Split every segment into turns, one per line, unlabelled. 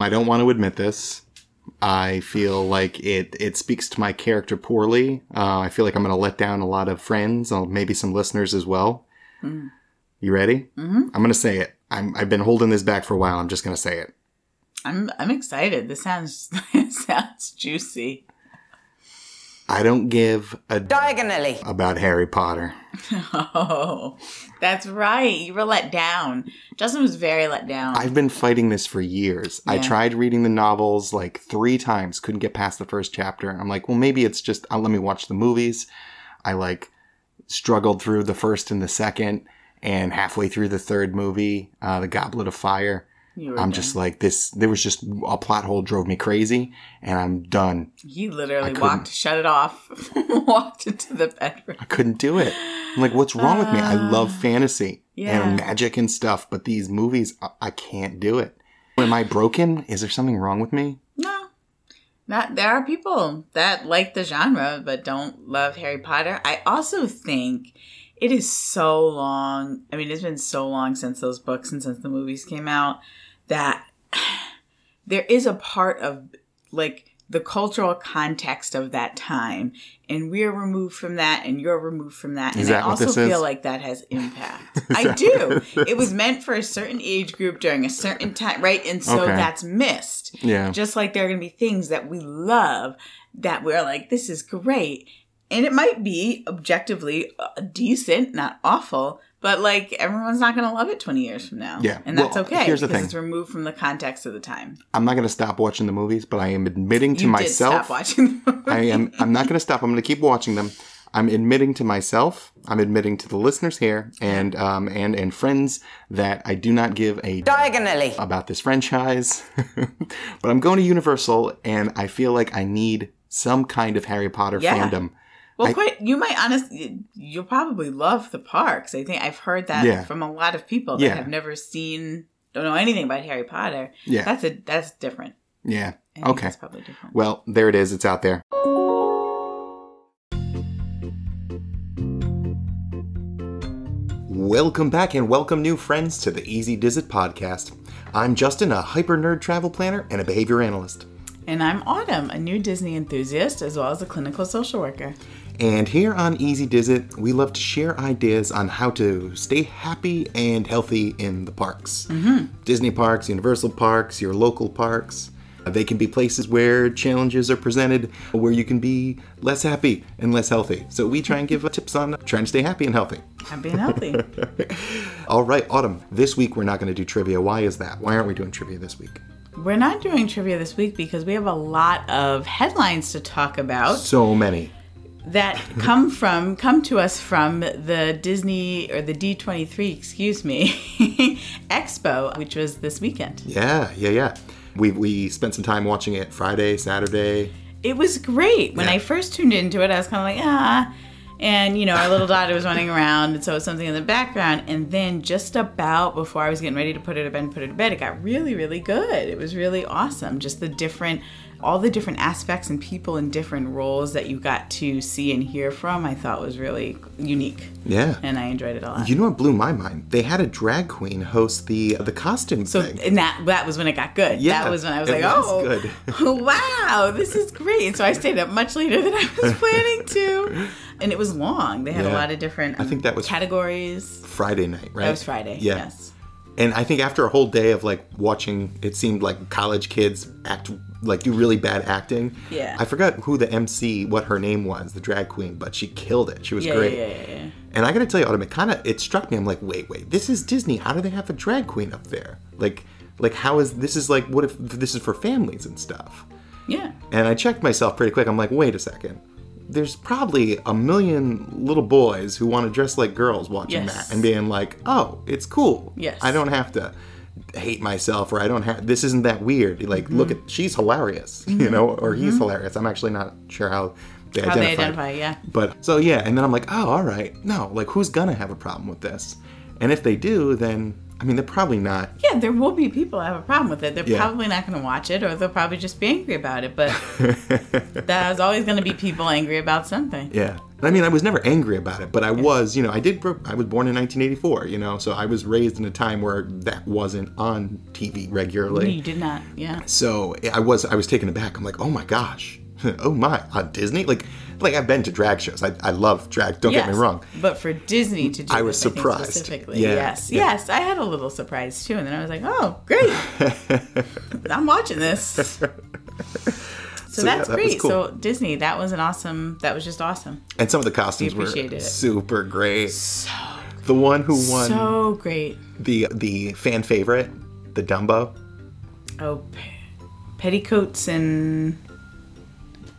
I don't want to admit this. I feel like it it speaks to my character poorly. Uh, I feel like I'm going to let down a lot of friends, uh, maybe some listeners as well. You ready? Mm-hmm. I'm going to say it. I'm, I've been holding this back for a while. I'm just going to say it.
I'm I'm excited. This sounds this sounds juicy.
I don't give a d-
diagonally.
about Harry Potter.
Oh, that's right. You were let down. Justin was very let down.
I've been fighting this for years. I
Yeah.
tried reading the novels like three times, couldn't get past the first chapter. I'm like, well, maybe it's just, uh, let me watch the movies. I like struggled through the first and the second, and halfway through the third movie, uh, The Goblet of Fire.
You were
I'm
done.
just like, this, there was just a plot hole drove me crazy, and I'm done.
He
I
literally
couldn't.
walked, shut it off, walked into the bedroom.
I couldn't do it. I'm like, what's wrong with me? I love fantasy
Ah. yeah.
and magic and stuff, but these movies, I, I can't do it. Am I broken? Is there something wrong with me?
No. Not there are people that like the genre but don't love Harry Potter. I also think it is so long. I mean, it's been so long since those books and since the movies came out that there is a part of like the cultural context of that time and we're removed from that and you're removed from that and
Is that
i
what
also
this
feel
is?
like that has impact i do it was meant for a certain age group during a certain time right and so
Okay.
that's missed
Yeah.
just like there are going to be things that we love that we're like, this is great. And it might be objectively uh, decent, not awful, but like everyone's not going to love it 20 years from now.
Yeah.
And that's
Well,
okay.
here's the
because
thing.
It's removed from the context of the time.
I'm not going to stop watching the movies, but I am admitting to
you did
myself.
stop watching the movie.
I am. I'm not going to stop. I'm going to keep watching them. I'm admitting to myself. I'm admitting to the listeners here and um and and friends that I do not give a d-
Diagonally.
about this franchise. but I'm going to Universal, and I feel like I need some kind of Harry Potter
Yeah.
fandom.
Well,
I-
quite. You might honestly, you'll probably love the parks. I think I've heard that
Yeah.
from a lot of people that
Yeah.
have never seen, don't know anything about Harry Potter.
Yeah.
That's a that's different.
Yeah.
I think
Okay.
That's probably different.
Well, there it is. It's out there. Welcome back and welcome new friends to the Easy Dizit podcast. I'm Justin, a hyper nerd travel planner and a behavior analyst.
And I'm Autumn, a new Disney enthusiast as well as a clinical social worker.
And here on Easy Dizit, we love to share ideas on how to stay happy and healthy in the parks. Disney parks, Universal parks, your local parks. They can be places where challenges are presented, where you can be less happy and less healthy. So we try and give tips on trying to stay happy and healthy.
I'm being healthy.
All right, Autumn, this week we're not going to do trivia. Why is that? Why aren't we doing trivia this week?
We're not doing trivia this week because we have a lot of headlines to talk about
So many.
that come from come to us from the Disney or the D23, excuse me, Expo, which was this weekend.
Yeah, yeah, yeah. We, we spent some time watching it Friday, Saturday.
It was great. When
Yeah.
I first tuned into it, I was kind of like, ah. And, you know, our little daughter was running around, and so it was something in the background. And then just about before I was getting ready to put her to bed and put her to bed, it got really, really good. It was really awesome. Just the different, all the different aspects and people in different roles that you got to see and hear from, I thought was really unique.
Yeah.
And I enjoyed it a lot.
You know what blew my mind? They had a drag queen host the the costume
So
thing.
and that that was when it got good.
Yeah,
that was when I was
it
like,
was
oh,
good.
wow, this is great. And so I stayed up much later than I was planning to, and it was long. They had
Yeah.
a lot of different. um,
I think that was-
categories.
Friday night, right?
That was Friday. Yes.
And I think after a whole day of like watching, it seemed like college kids act like do really bad acting.
Yeah.
I forgot who the MC, what her name was, the drag queen, but she killed it. She was
Yeah,
great.
yeah, yeah, yeah, yeah.
And I gotta tell you, Autumn, it kind of it struck me. I'm like, wait, wait, this is Disney. How do they have a drag queen up there? Like, like how is this is like what if this is for families and stuff?
Yeah.
And I checked myself pretty quick. I'm like, wait a second. There's probably a million little boys who want to dress like girls watching
Yes.
that and being like, oh, it's cool.
Yes.
I don't have to hate myself or I don't have, this isn't that weird. Like, look
Mm-hmm.
at, she's hilarious, you know, or he's hilarious. I'm actually not sure how they
How
identify.
they identify? Yeah.
But so, yeah. And then I'm like, oh, all right. No, like, who's going to have a problem with this? And if they do, then I mean, they're probably not.
Yeah, there will be people that have a problem with it. They're
Yeah.
probably not going to watch it, or they'll probably just be angry about it. But there's always going to be people angry about something.
Yeah. And I mean, I was never angry about it, but I was, you know, I did, grow- I was born in 1984, you know, so I was raised in a time where that wasn't on TV regularly.
You did not. Yeah.
So eh, I was, I was taken aback. I'm like, oh my gosh. oh my, on Disney? Like, like I've been to drag shows. I, I love drag. Don't get
Yes,
me wrong.
But for Disney to do
I was
this, think,
surprised.
specifically.
Yeah,
Yes.
yeah.
Yes. I had a little surprise too. And then I was like, oh, great. I'm watching this. So,
yeah, that was
that's great.
cool.
So Disney, that was an awesome, that was just awesome.
And some of the costumes were
appreciated it.
super great. the one who won
So great.
the the fan favorite, the Dumbo,
Oh, pe- petticoats and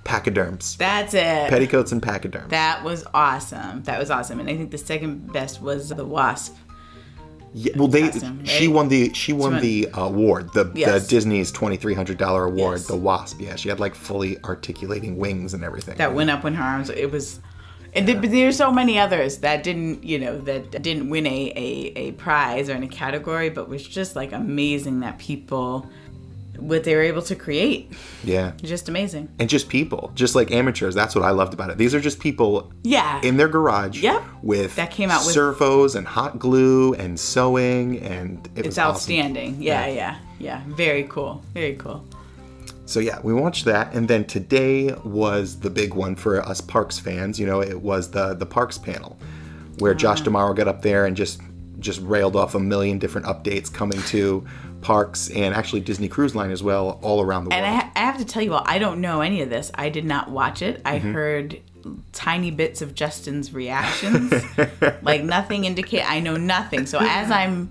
pachyderms,
that's it.
petticoats and pachyderms.
that was awesome. That was awesome. And I think the second best was the wasp.
Yeah, well, they
costume,
she
right?
won the she won
won-
the uh, award, the,
Yes.
the Disney's twenty three hundred dollar award,
Yes.
the Wasp. Yeah, she had like fully articulating wings and everything.
that went up in her arms. It was, and th- but there's so many others that didn't, you know, that didn't win a, a, a prize or in a category, but was just like amazing that people, what they were able to create,
yeah,
just amazing.
and just people, just like amateurs. That's what I loved about it. These are just people
Yeah,
in their garage.
Yep.
with
That came out with-
servos and hot glue and sewing, and it was
it's
outstanding.
outstanding. Yeah, yeah, yeah. Very cool. Very cool.
So yeah, we watched that, and then today was the big one for us Parks fans. You know, it was the the Parks panel, where
Uh-huh.
Josh Damaro got up there and just just railed off a million different updates coming to Parks and actually Disney Cruise Line as well, all around the
And I,
world.
ha- I have to tell you all, I don't know any of this. I did not watch it. I
Mm-hmm.
heard tiny bits of Justin's reactions. like nothing indicate I know nothing. So as I'm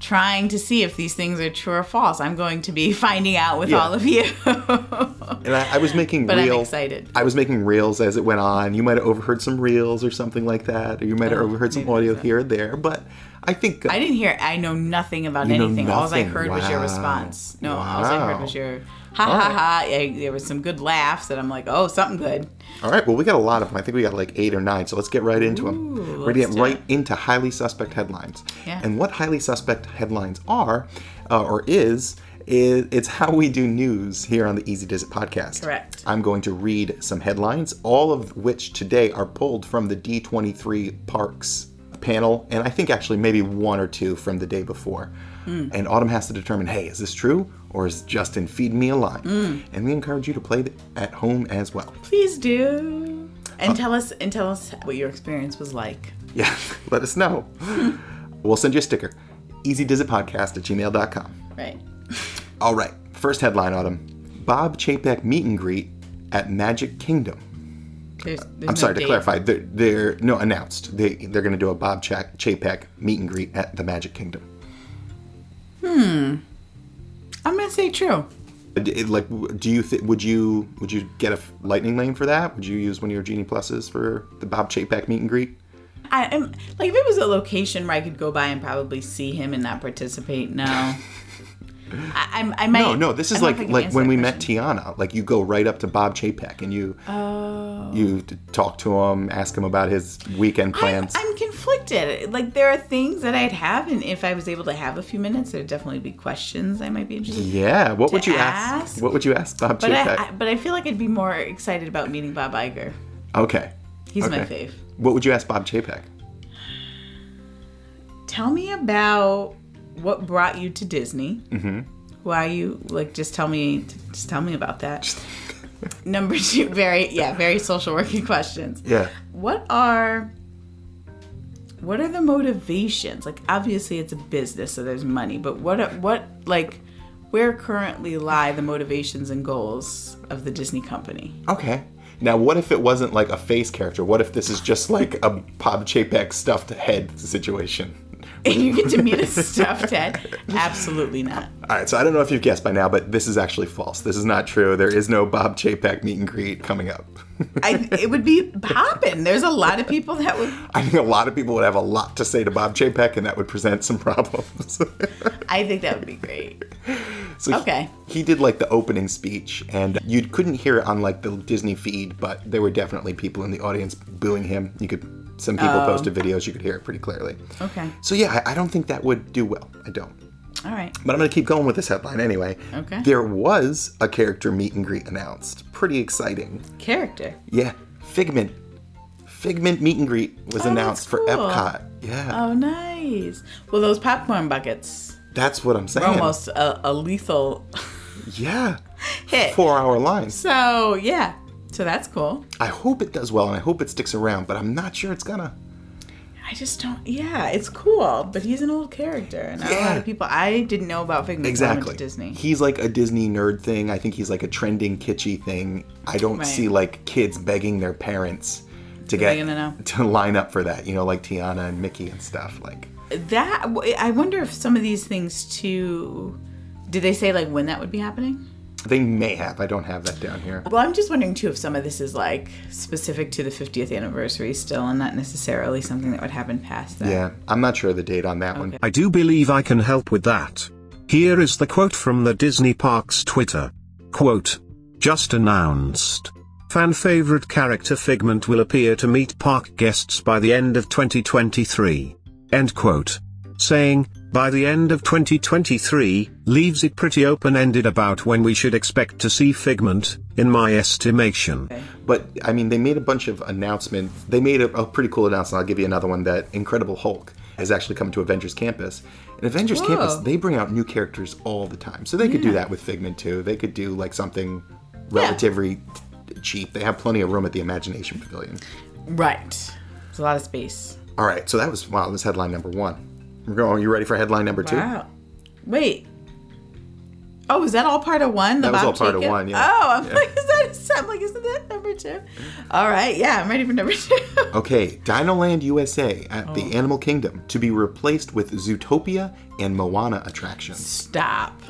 trying to see if these things are true or false, I'm going to be finding out with
Yeah.
all of you.
And I, I was making
But I'm
reels.
excited.
I was making reels as it went on. You might have overheard some reels or something like that, or you might have overheard some
Oh, maybe
audio
so.
here or there. But I think uh,
I didn't hear I know nothing about
know
anything. All I
nothing.
heard was your
Wow.
response. No, all I
Wow. Oh.
heard was your ha ha ha. Yeah, there was some good laughs and I'm like, "Oh, something good."
All right, well, we got a lot of them. I think we got like eight or nine, so let's get right into them. We're going to
let's
get
do
right into highly suspect headlines.
Yeah.
And what highly suspect headlines are, uh, or is, is, it's how we do news here on the Easy Does It podcast.
Correct.
I'm going to read some headlines, all of which today are pulled from the D23 Parks panel, and I think actually maybe one or two from the day before.
Hmm.
And Autumn has to determine hey, is this true? Or is Justin feeding me a line?
Hmm.
And we encourage you to play th- at home as well.
Please do.
Oh.
And tell us and tell us what your experience was like.
Yeah, let us know. we'll send you a sticker. EasyDizitPodcast at gmail.com.
Right.
All right, first headline, Autumn. Bob Chapek meet and greet at Magic Kingdom.
There's, there's
I'm
no
sorry to
date.
clarify. They're, they're no announced. They they're going to do a Bob Cha- Chapek meet and greet at the Magic Kingdom.
I'm gonna say true.
Uh, D- it- Like, w- do you th- would you would you get a f- lightning lane for that? Would you use one of your genie pluses for the Bob Chapek meet and greet?
I am like if it was a location where I could go by and probably see him and not participate. No, I, I'm. I might.
No, no. This
I
is
don't know if
like
I can
like
answer
when
that
we met
question.
Tiana. Like you go right up to Bob Chapek and you
Uh,
you t- talk to him, ask him about his weekend
I'm,
plans.
I'm conflicted. Like there are things that I'd have, and if I was able to have a few minutes, there'd definitely be questions I might be interested. in.
yeah. What would
to
you ask?
ask.
What would you ask Bob
But
Chapek?
I, I, but I feel like I'd be more excited about meeting Bob Iger.
okay.
He's my
Okay.
fave.
What would you ask Bob Chapek?
Tell me about what brought you to Disney. Mm-hmm. Why you like? Just tell me. Just tell me about that. Number two, very yeah, very social working questions.
Yeah.
What are what are the motivations? Like obviously it's a business, so there's money, but what are, what like where currently lie the motivations and goals of the Disney company?
Okay. Now, what if it wasn't like a face character? What if this is just like a Bob Chapek stuffed head situation?
And you get to meet a stuffed head? Absolutely not.
All right, so I don't know if you've guessed by now, but this is actually false. This is not true. There is no Bob Chapek meet and greet coming up.
I, it would be popping. There's a lot of people that would.
I think a lot of people would have a lot to say to Bob Chapek, and that would present some problems.
I think that would be great.
So he-
Okay.
He, did like the opening speech, and you couldn't hear it on like the Disney feed, but there were definitely people in the audience booing him. You could Some people
Oh.
posted videos, you could hear it pretty clearly.
Okay.
So, yeah, I, I don't think that would do well. I don't.
All right.
But I'm going to keep going with this headline anyway.
Okay.
There was a character meet and greet announced. Pretty exciting.
Character.
Yeah, Figment. Figment meet and greet was announced for
Oh, cool.
Epcot. Yeah,
Oh, nice. Well, those popcorn buckets
that's what I'm saying.
were almost a, a lethal
Yeah,
hit.
four hour lines.
So, yeah. So that's cool.
I hope it does well and I hope it sticks around, but I'm not sure it's gonna.
I just don't. Yeah, it's cool, but he's an old character, and not a lot
Yeah.
of people I didn't know about Figment until I went
Exactly.
to Disney.
He's like a Disney nerd thing. I think he's like a trending kitschy thing. I don't
Right.
see like kids begging their parents to
they
get
gonna know?
to line up for that. You know, like Tiana and Mickey and stuff. Like,
That I wonder if some of these things too. Did they say like when that would be happening?
they may have. I don't have that down here.
Well, I'm just wondering too if some of this is like specific to the 50th anniversary still, and not necessarily something that would happen past that.
Yeah, I'm not sure of the date on that one.
Okay.
I do believe I can help with that. Here is the quote from the Disney Parks Twitter. Quote. Just announced. Fan favorite character Figment will appear to meet park guests by the end of 2023. End quote. Saying, by the end of 2023, leaves it pretty open ended about when we should expect to see Figment, in my estimation.
But I mean, they made a bunch of announcements. They made a, a pretty cool announcement. I'll give you another one that Incredible Hulk has actually come to Avengers Campus. And Avengers
Whoa.
Campus, they bring out new characters all the time. So they could do that with Figment too. They could do like something relatively cheap. They have plenty of room at the Imagination Pavilion.
Right. It's a lot of space.
All right, so that was wow. That was headline number one. We're going. You ready for headline number two?
Wow. Wait. Oh, is that all part of one? The
That was
Bob
all part of
Jacob?
one, yeah.
Oh, I'm
Yeah.
like, is that? I'm like, isn't that number two? All right. Yeah, I'm ready for number two.
Okay, Dinoland USA at the
Oh.
Animal Kingdom to be replaced with Zootopia and Moana attractions.
Stop.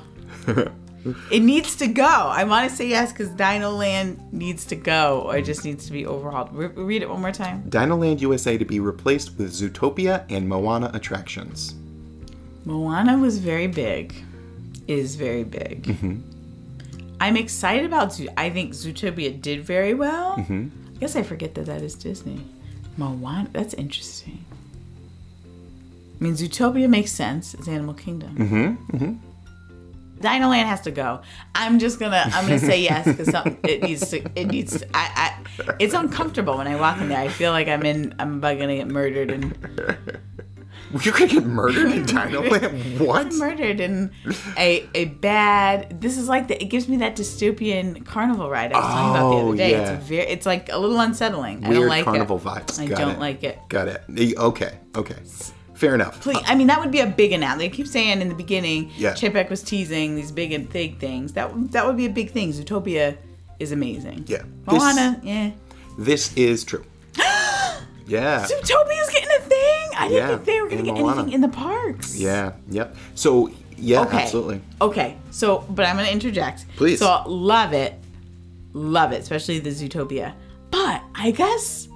it needs to go. I want to say yes because Dino Land needs to go or it just needs to be overhauled. Re- read it one more time.
Dinoland USA to be replaced with Zootopia and Moana attractions.
Moana was very big, is very big. I'm excited about Zoo. I think Zootopia did very well. I guess I forget that that is Disney. Moana, that's interesting. I mean, Zootopia makes sense. It's Animal Kingdom. Mm-hmm. Mm-hmm. Dinoland has to go. I'm just gonna. I'm gonna say yes because it needs to. It needs. To, I, I. It's uncomfortable when I walk in there. I feel like I'm in. I'm about gonna get murdered and
You're gonna get murdered in Dinoland? What?
murdered in a a bad. This is like the, it gives me that dystopian carnival ride I was talking about the
Oh,
other day.
yeah.
It's very it's like a little unsettling. I don't
Weird
like
carnival
it.
vibes.
I
Got
don't
it.
like it.
Got it. E- Okay, okay. Fair enough.
Please, I mean that would be a big announcement. They keep saying in the beginning,
Yeah.
Chapek was teasing these big and big things. That that would be a big thing. Zootopia is amazing.
Yeah.
Moana, yeah.
This is true. yeah.
Zootopia's getting a thing. I didn't
Yeah,
think they were going
and
to get
Moana.
anything in the parks.
Yeah. Yep. So yeah,
Okay.
absolutely.
Okay. So, but I'm going to interject.
Please.
So, love it. Love it, especially the Zootopia. But I guess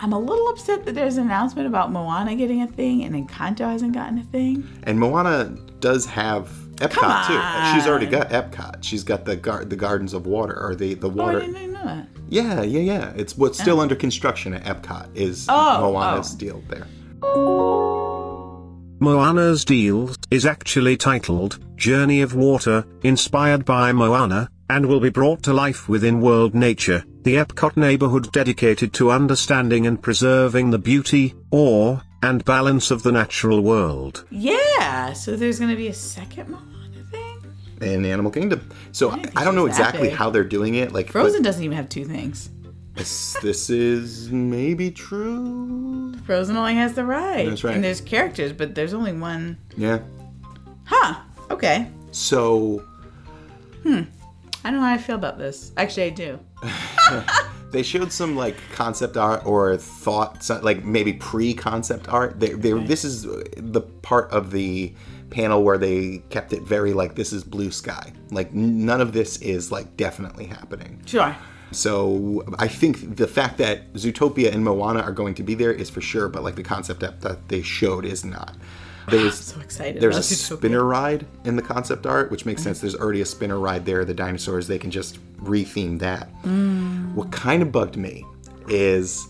I'm a little upset that there's an announcement about Moana getting a thing and Encanto hasn't gotten a thing.
And Moana does have Epcot
Come
too. She's already got Epcot. She's got the gar- the Gardens of Water or the the
Oh, I
water.
didn't even know that.
yeah, yeah, yeah. It's what's still under construction at Epcot is
Oh,
Moana's
oh.
deal there.
Moana's deal is actually titled Journey of Water, inspired by Moana, and will be brought to life within World Nature, the Epcot neighborhood dedicated to understanding and preserving the beauty, awe, and balance of the natural world.
Yeah. So, there's going to be a second Moana thing?
in Animal Kingdom. So I,
think
I don't know
it's that
exactly
big.
how they're doing it. Like but
Frozen doesn't even have two things.
this, this is maybe true.
Frozen only has the ride.
That's right.
And there's characters, but there's only one.
Yeah.
Huh. Okay.
So
I don't know how I feel about this. Actually, I do.
they showed some like concept art or thought, so- like maybe pre-concept art. They, they, This is the part of the panel where they kept it very like this is blue sky. Like n- none of this is like definitely happening.
Sure.
So I think the fact that Zootopia and Moana are going to be there is for sure, but like the concept art that they showed is not. There was
So excited.
There's a
about Zootopia.
spinner ride in the concept art, which makes sense. There's already a spinner ride there. The dinosaurs, they can just retheme that. What kind of bugged me is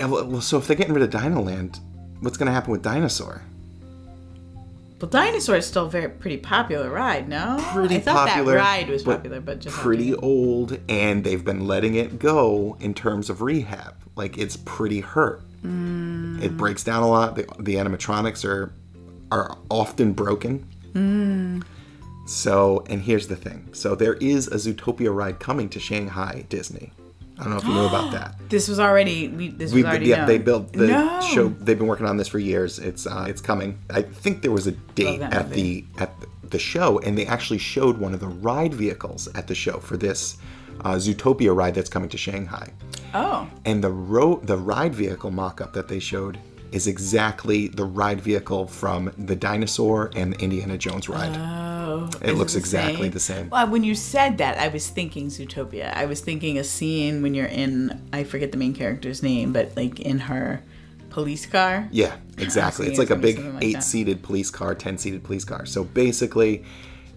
And Well, well, so if they're getting rid of Dinoland, what's going to happen with Dinosaur?
Well, Dinosaur is still a very pretty popular ride, no?
Pretty
I thought
popular,
that ride was
but
popular, but just not
Pretty
really.
old, and they've been letting it go in terms of rehab. Like it's pretty hurt.
Mm.
It breaks down a lot. The, the animatronics are are often broken.
Mm.
So, and here's the thing. So there is a Zootopia ride coming to Shanghai Disney. I don't know if you knew about that.
This was already we. This
We've
was already
yeah,
known.
they built the
No.
show. They've been working on this for years. It's uh, it's coming. I think there was a date
that
at
movie.
the at the show, and they actually showed one of the ride vehicles at the show for this uh, Zootopia ride that's coming to Shanghai.
Oh,
And the ro- the ride vehicle mock-up that they showed is exactly the ride vehicle from the dinosaur and the Indiana Jones ride.
oh,
it
is
looks
the
exactly the same.
Well, when you said that, I was thinking Zootopia. I was thinking a scene when you're in. I forget the main character's name, but like in her police car.
Yeah, exactly.
seeing
It's
it
like a
coming,
big
something like that.
eight-seated police car, ten-seated police car. So basically,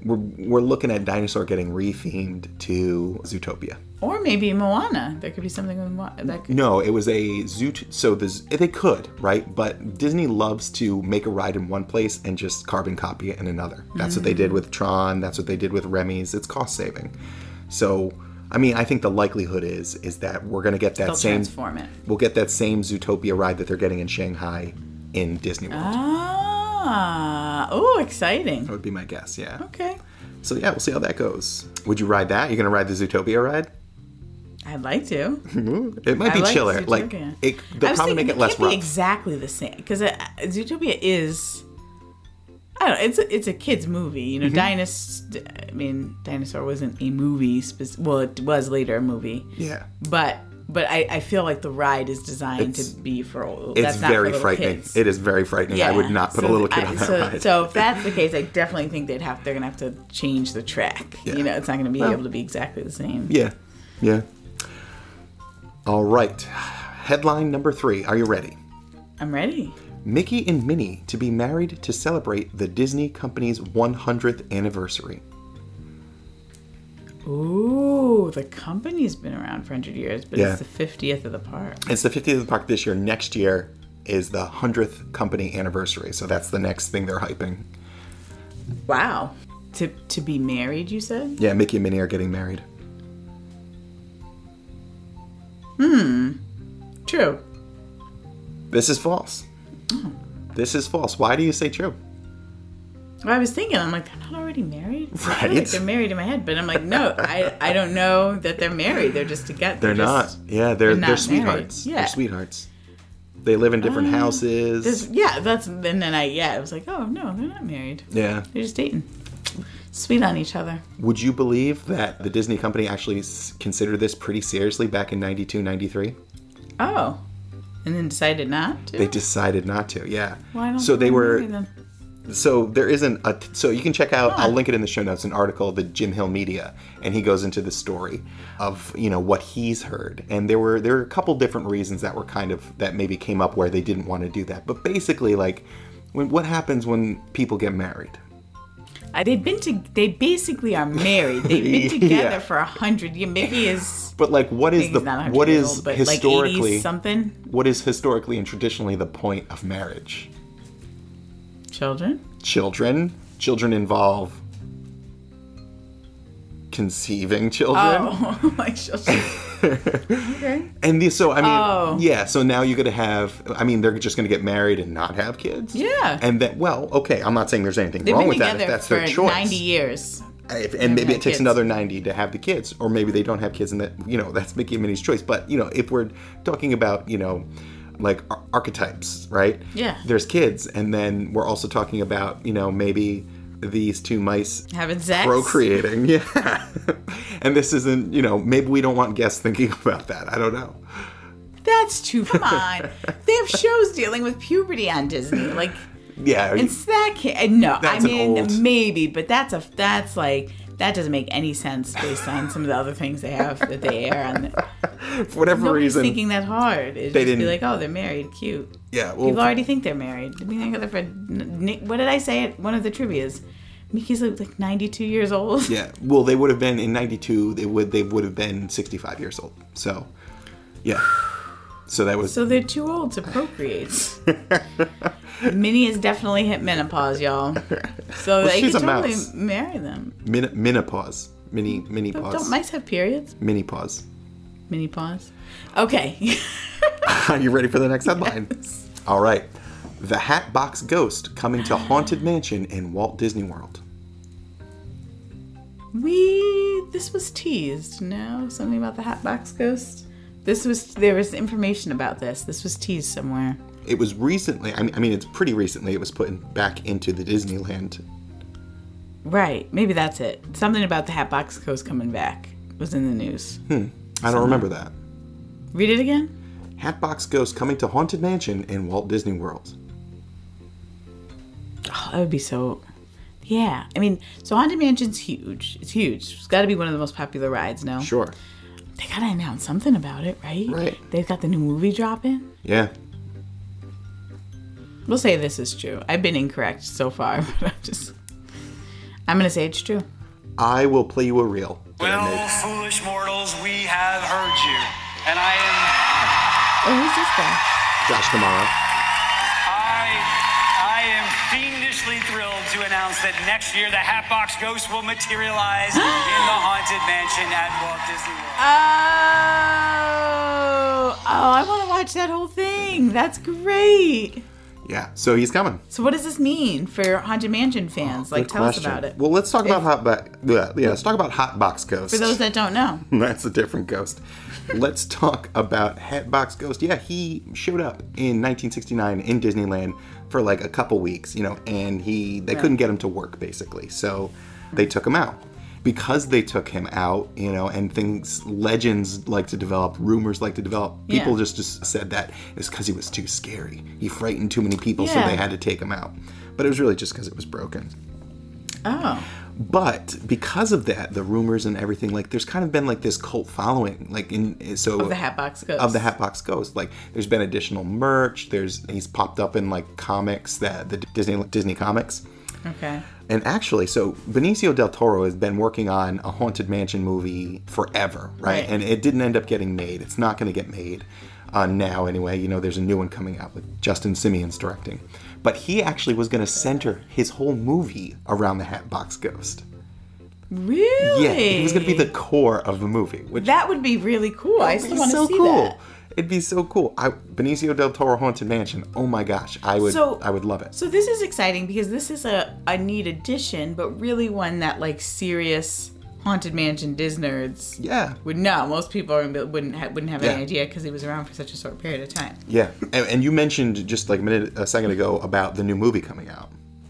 we're we're looking at dinosaur getting rethemed to Zootopia.
Or maybe Moana. There could be something with Moana. That could,
No, it was a Zoot. So the z- they could right, but Disney loves to make a ride in one place and just carbon copy it in another. That's what they did with Tron. That's what they did with Remy's. It's cost saving. So I mean, I think the likelihood is is that we're gonna get that
they'll
same.
transform it.
We'll get that same Zootopia ride that they're getting in Shanghai, in Disney World.
Ah, oh, exciting.
That would be my guess. Yeah.
Okay,
So yeah, we'll see how that goes. Would you ride that? You're gonna ride the Zootopia ride?
I'd like to.
It might
I
be
like
chiller.
Zootopia.
Like it,
I
they'll
was
probably
thinking
make
it
it less
can't be
rough.
exactly the same because Zootopia is. I don't. know, It's a, it's a kids movie, you
Mm-hmm.
know. Dinosaur. I mean, dinosaur wasn't a movie. Spec- well, it was later a movie,
yeah,
but but I, I feel like the ride is designed
It's-
to be for old.
it's
that's not for
very
little
frightening.
kids.
It is very frightening. I would not put
So
a little kid
I-
on that
so,
ride.
So if that's the case, I definitely think they'd have. They're gonna have to change the track.
Yeah.
You know, it's not gonna be
Well-
able to be exactly the same.
yeah, yeah. All right. Headline number three. Are you ready?
I'm ready.
Mickey and Minnie to be married to celebrate the Disney Company's 100th anniversary.
Ooh, the company's been around for 100 years, but
Yeah.
it's the 50th of the park.
It's the 50th of the park this year. Next year is the 100th company anniversary. So that's the next thing they're hyping.
Wow. To to be married, you said?
Yeah, Mickey and Minnie are getting married.
True.
This is false.
Oh.
This is false. Why do you say true?
Well, I was thinking, I'm like, they're not already married? I feel
Right.
Like they're married in my head, but I'm like, no, I, I don't know that they're married. They're just together.
They're
just-
not. Yeah, they're they're
not married.
sweethearts.
Yeah. Um,
They're sweethearts. They live in different houses.
This, yeah, that's, and then I, yeah, I was like, oh, no, they're not married.
yeah.
They're just dating. Sweet on each other.
Would you believe that the Disney company actually s- considered this pretty seriously back in 92, 93?
Oh. And then decided not to?
They decided not to. Yeah.
Why don't
so they
want to
were
marry them?
so there isn't a so you can check out i'll link it in the show notes an article that jim hill media and he goes into the story of you know what he's heard and there were there were a couple different reasons that were kind of that maybe came up where they didn't want to do that but basically like when, what happens when people get married
Uh, They've been to. They basically are married. They've
Yeah.
been together for a hundred years. Maybe is
but like what is the
he's not a
what
hundred years
is
old, but like
historically
eighty something.
what is historically and traditionally the point of marriage
Children.
children children involve conceiving children
Oh, like children. okay.
And the, so I mean,
Oh.
yeah. So now you're gonna have. I mean, they're just gonna get married and not have kids.
Yeah.
And that. Well, okay. I'm not saying there's anything
They've
wrong
been
with that.
together
If that's
for
their choice.
ninety years.
If- and maybe it
had
takes
kids.
another 90 to have the kids, or maybe they don't have kids, and that you know that's Mickey and Minnie's choice. But you know, if we're talking about you know, like ar- archetypes, right?
Yeah.
There's kids, and then we're also talking about you know maybe these two mice
Having sex.
procreating. Yeah. and this isn't you know maybe we don't want guests thinking about that. I don't know.
That's too. Come on. they have shows dealing with puberty on Disney. Like
Yeah.
it's that kid. No,
That's
I
an
mean
old-
maybe, but that's a that's like that doesn't make any sense based on some of the other things they have that they air on. The,
for whatever
Nobody's
reason.
thinking that hard. It's
They
just be
didn't-
like, oh, they're married, cute.
yeah,
People
well,
already think they're married. They've been together for Nick. What did I say at one of the trivia's? Mickey's like, like 92 years old.
yeah, well, they would have been in '92. They would they would have been 65 years old. So, yeah, So that was
So they're too old to procreate. Minnie has definitely hit menopause, y'all. So they
she's
could
a
totally
mouse.
marry them.
min- menopause. Mini mini
Don't,
pause.
don't mice have periods?
mini pause.
Mini pause. Okay.
Are you ready for the next headline? All right. The Hatbox Ghost coming to Haunted Mansion in Walt Disney World.
we this was teased, no? Something about the Hatbox ghost? This was there was information about this. This was teased somewhere.
It was recently, I mean, I mean it's pretty recently, it was put in, back into the Disneyland.
Right. Maybe that's it. Something about the Hatbox ghost coming back was in the news.
I don't remember that.
Read it again?
Hatbox Ghost coming to Haunted Mansion in Walt Disney World.
Oh, that would be so. Yeah. I mean, so Haunted Mansion's huge. It's huge. It's got to be one of the most popular rides now.
Sure.
They got to announce something about it, right?
Right.
They've got the new movie dropping.
Yeah.
We'll say this is true. I've been incorrect so far, but I'm just. I'm going to say it's true.
I will play you a reel.
Well, foolish mortals, we have heard you. And I am
Oh, who's this guy?
Josh tomorrow.
I I am fiendishly thrilled to announce that next year the Hatbox Ghost will materialize in the haunted mansion at Walt Disney World.
Oh, oh, I want to watch that whole thing. That's great.
Yeah. So he's coming.
So, what does this mean for Haunted Mansion fans? like,
Good
tell
question.
us about it.
Well, let's talk about Hotbox. Yeah, yeah, let's talk about Hotbox Ghost.
for those that don't know,
That's a different ghost. Let's talk about Hatbox Ghost. Yeah, he showed up in 1969 in Disneyland for like a couple weeks, you know, and he they couldn't get him to work basically. So they took him out. Because they took him out, you know, and things legends like to develop, rumors like to develop.
Yeah.
People just just said that it's cuz he was too scary. He frightened too many people,
Yeah.
so they had to take him out. But it was really just cuz it was broken.
oh,
But because of that, the rumors and everything, like there's kind of been like this cult following, like in so
of the Hatbox Ghost.
of the Hatbox Ghost. Like there's been additional merch. There's he's popped up in like comics that the Disney Disney comics.
Okay.
And actually, so Benicio del Toro has been working on a haunted mansion movie forever, right?
Right.
And it didn't end up getting made. It's not going to get made uh, now, anyway. You know, there's a new one coming out with Justin Simeon's directing. But he actually was going to center his whole movie around the Hatbox Ghost.
Really?
Yeah, he was going to be the core of the movie, which
That would be really cool. I
would
still
be
want to
so
see
cool.
that.
It'd be so cool. I, Benicio del Toro Haunted Mansion. Oh my gosh, I would,
So-
I would love it.
So this is exciting because this is a, a neat addition, but really one that like serious haunted mansion Disnerds
yeah,
would know. Most people are gonna be, wouldn't ha- wouldn't have any
Yeah.
idea because he was around for such a short period of time.
yeah. And, and you mentioned just like a minute, a second ago about the new movie coming out.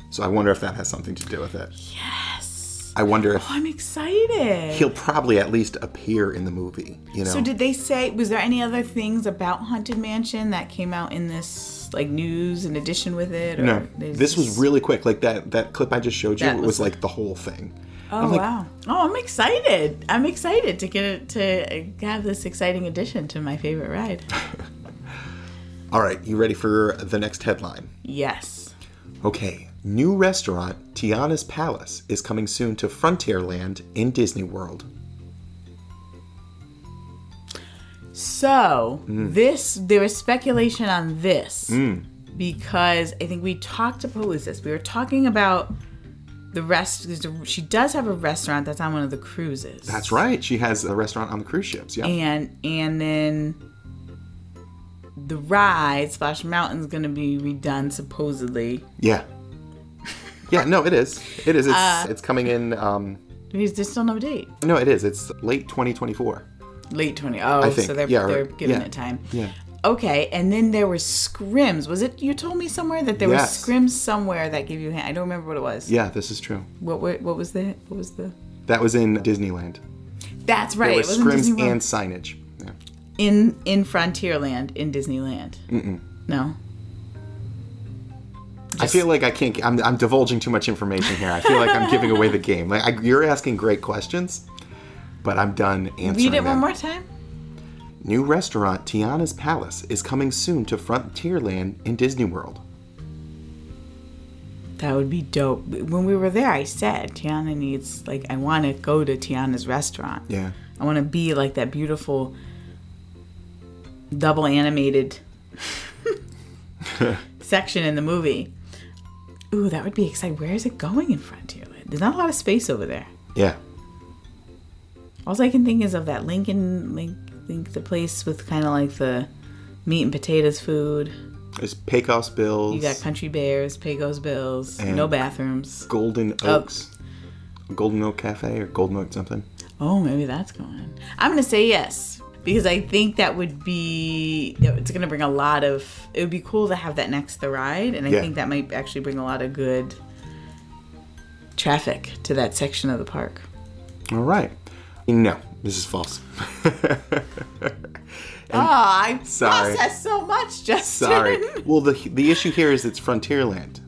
So I wonder if that has something to do with it. Yes. I wonder if
I'm excited.
he'll probably at least appear in the movie. You know.
so did they say was there any other things about haunted mansion that came out in this like news in addition with it? Or
no,
they
this was
just-
really quick. Like that that clip I just showed you
That
it
was-
was like the whole thing.
Oh
I'm like,
wow! Oh, I'm excited. I'm excited to get it to have this exciting addition to my favorite ride.
All right, you ready for the next headline?
Yes.
Okay, new restaurant Tiana's Palace is coming soon to Frontierland in Disney World.
So
Mm.
this there was speculation on this because I think we talked about who is this? We were talking about the rest. She does have a restaurant that's on one of the cruises.
That's right. She has a restaurant on the cruise ships. Yeah.
and and then the ride Splash Mountain's gonna be redone supposedly.
yeah. Yeah, no, it is. It is. It's,
Uh,
it's coming in. Um,
There's there's still no date.
no, it is. It's late 2024.
Late twenty. Oh,
think.
so they're
Yeah,
they're
right.
giving
Yeah.
it time.
Yeah.
Okay, and then there were scrims. Was it you told me somewhere that there
Yes.
were scrims somewhere that gave you hand? I don't remember what it was.
Yeah, this is true.
What were, what was the what was the
That was in Disneyland.
That's right.
There were
it wasn't Disney
scrims
World.
and signage. Yeah.
in in Frontierland in Disneyland. Mm-mm. No.
I feel like I can't. I'm, I'm divulging too much information here. I feel like I'm giving away the game. Like I, you're asking great questions, but I'm done answering
Read it
them.
one more time.
New restaurant Tiana's Palace is coming soon to Frontierland in Disney World.
That would be dope. When we were there, I said Tiana needs like I want to go to Tiana's restaurant.
Yeah.
I want to be like that beautiful double animated section in the movie. Ooh, that would be exciting. Where is it going in Frontierland? There's not a lot of space over there.
Yeah.
All I can think is of that Lincoln Link Link, the place with kind of like the meat and potatoes food.
There's Pecos Bills,
You got Country Bears, Pecos Bills,
And-
no bathrooms.
Golden Oaks, Golden Oak Cafe or Golden Oak something.
Oh, maybe that's going. I'm gonna say yes because I think that would be. It's gonna bring a lot of. It would be cool to have that next to the ride, and I
Yeah.
think that might actually bring a lot of good traffic to that section of the park.
All right. No, this is false.
oh, I
Sorry.
processed so much, Justin.
Sorry. well, the the issue here is it's Frontierland.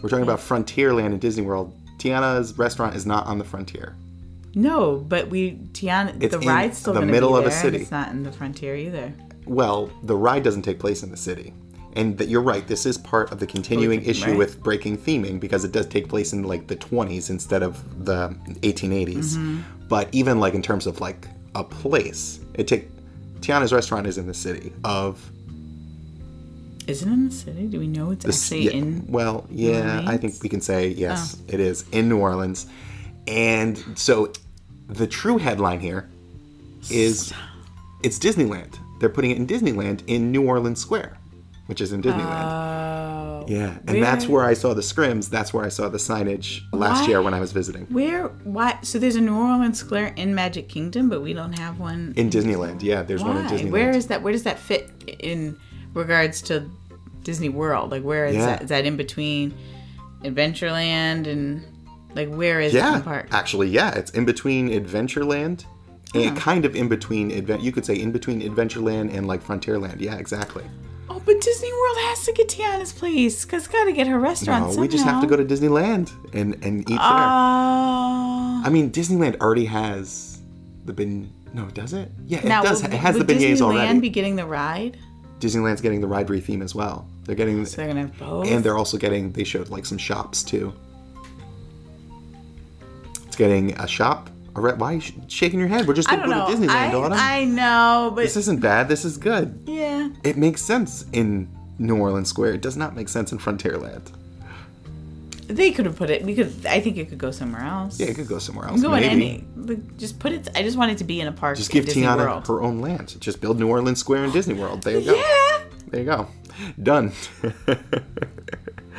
We're talking about Frontierland in Disney World. Tiana's restaurant is not on the frontier.
No, but we Tiana,
It's
the
in
ride's still
the
gonna
middle of
be
a
there, and
city.
It's not in the frontier either.
Well, the ride doesn't take place in the city. And that you're right, this is part of the continuing
Breaking-
issue
right.
with breaking theming because it does take place in like the 20s instead of the 1880s.
Mm-hmm.
But even like in terms of like a place, it take Tiana's restaurant is in the city of
Is it in the city? Do we know it's
Yes,
actually
yeah,
in?
well yeah i think we can say
Oh.
yes it is in new orleans and so the true headline here is it's disneyland they're putting it in disneyland in new orleans square which is in disneyland
Oh.
yeah and that's
where-
where i saw the scrims that's where i saw the signage last
Why?
year when i was visiting
Where? Why? So there's a New Orleans Square in Magic Kingdom, but we don't have one.
in disneyland yeah there's
why?
one in disneyland
Where is that? Where does that fit in regards to Disney World? Like, where is
Yeah.
that? Is that in between Adventureland and like where is it
yeah
in the park?
actually yeah it's in between adventureland and kind of in between advent you could say in between adventureland and like frontierland yeah exactly
oh, but Disney World has to get Tiana's place because gotta get her restaurant.
No, Uh, we just have to go to Disneyland and and eat
Ah.
there.
Oh.
I mean, Disneyland already has the bin. No, does it? Yeah, it
now,
does.
would-
it has the
would
beignets
Disneyland
already.
be getting the ride?
Disneyland's getting the ride retheme as well. They're getting,
So they're gonna have both.
and they're also getting. They showed like some shops too. It's getting a shop. A re- why are you sh- shaking your head? We're just
I
gonna
don't
go
know.
to Disneyland,
I,
Autumn.
I know, but
this isn't bad. This is good.
yeah.
It makes sense in New Orleans Square. It does not make sense in Frontierland.
They could have put it. We could. I think it could go somewhere else.
Yeah, it could go somewhere else.
I'm going
maybe.
any. Like, just put it. I just want it to be in a park.
Just give
at Disney
Tiana
World.
her own land. Just build New Orleans Square and Disney World. There you go.
Yeah.
There you go. Done.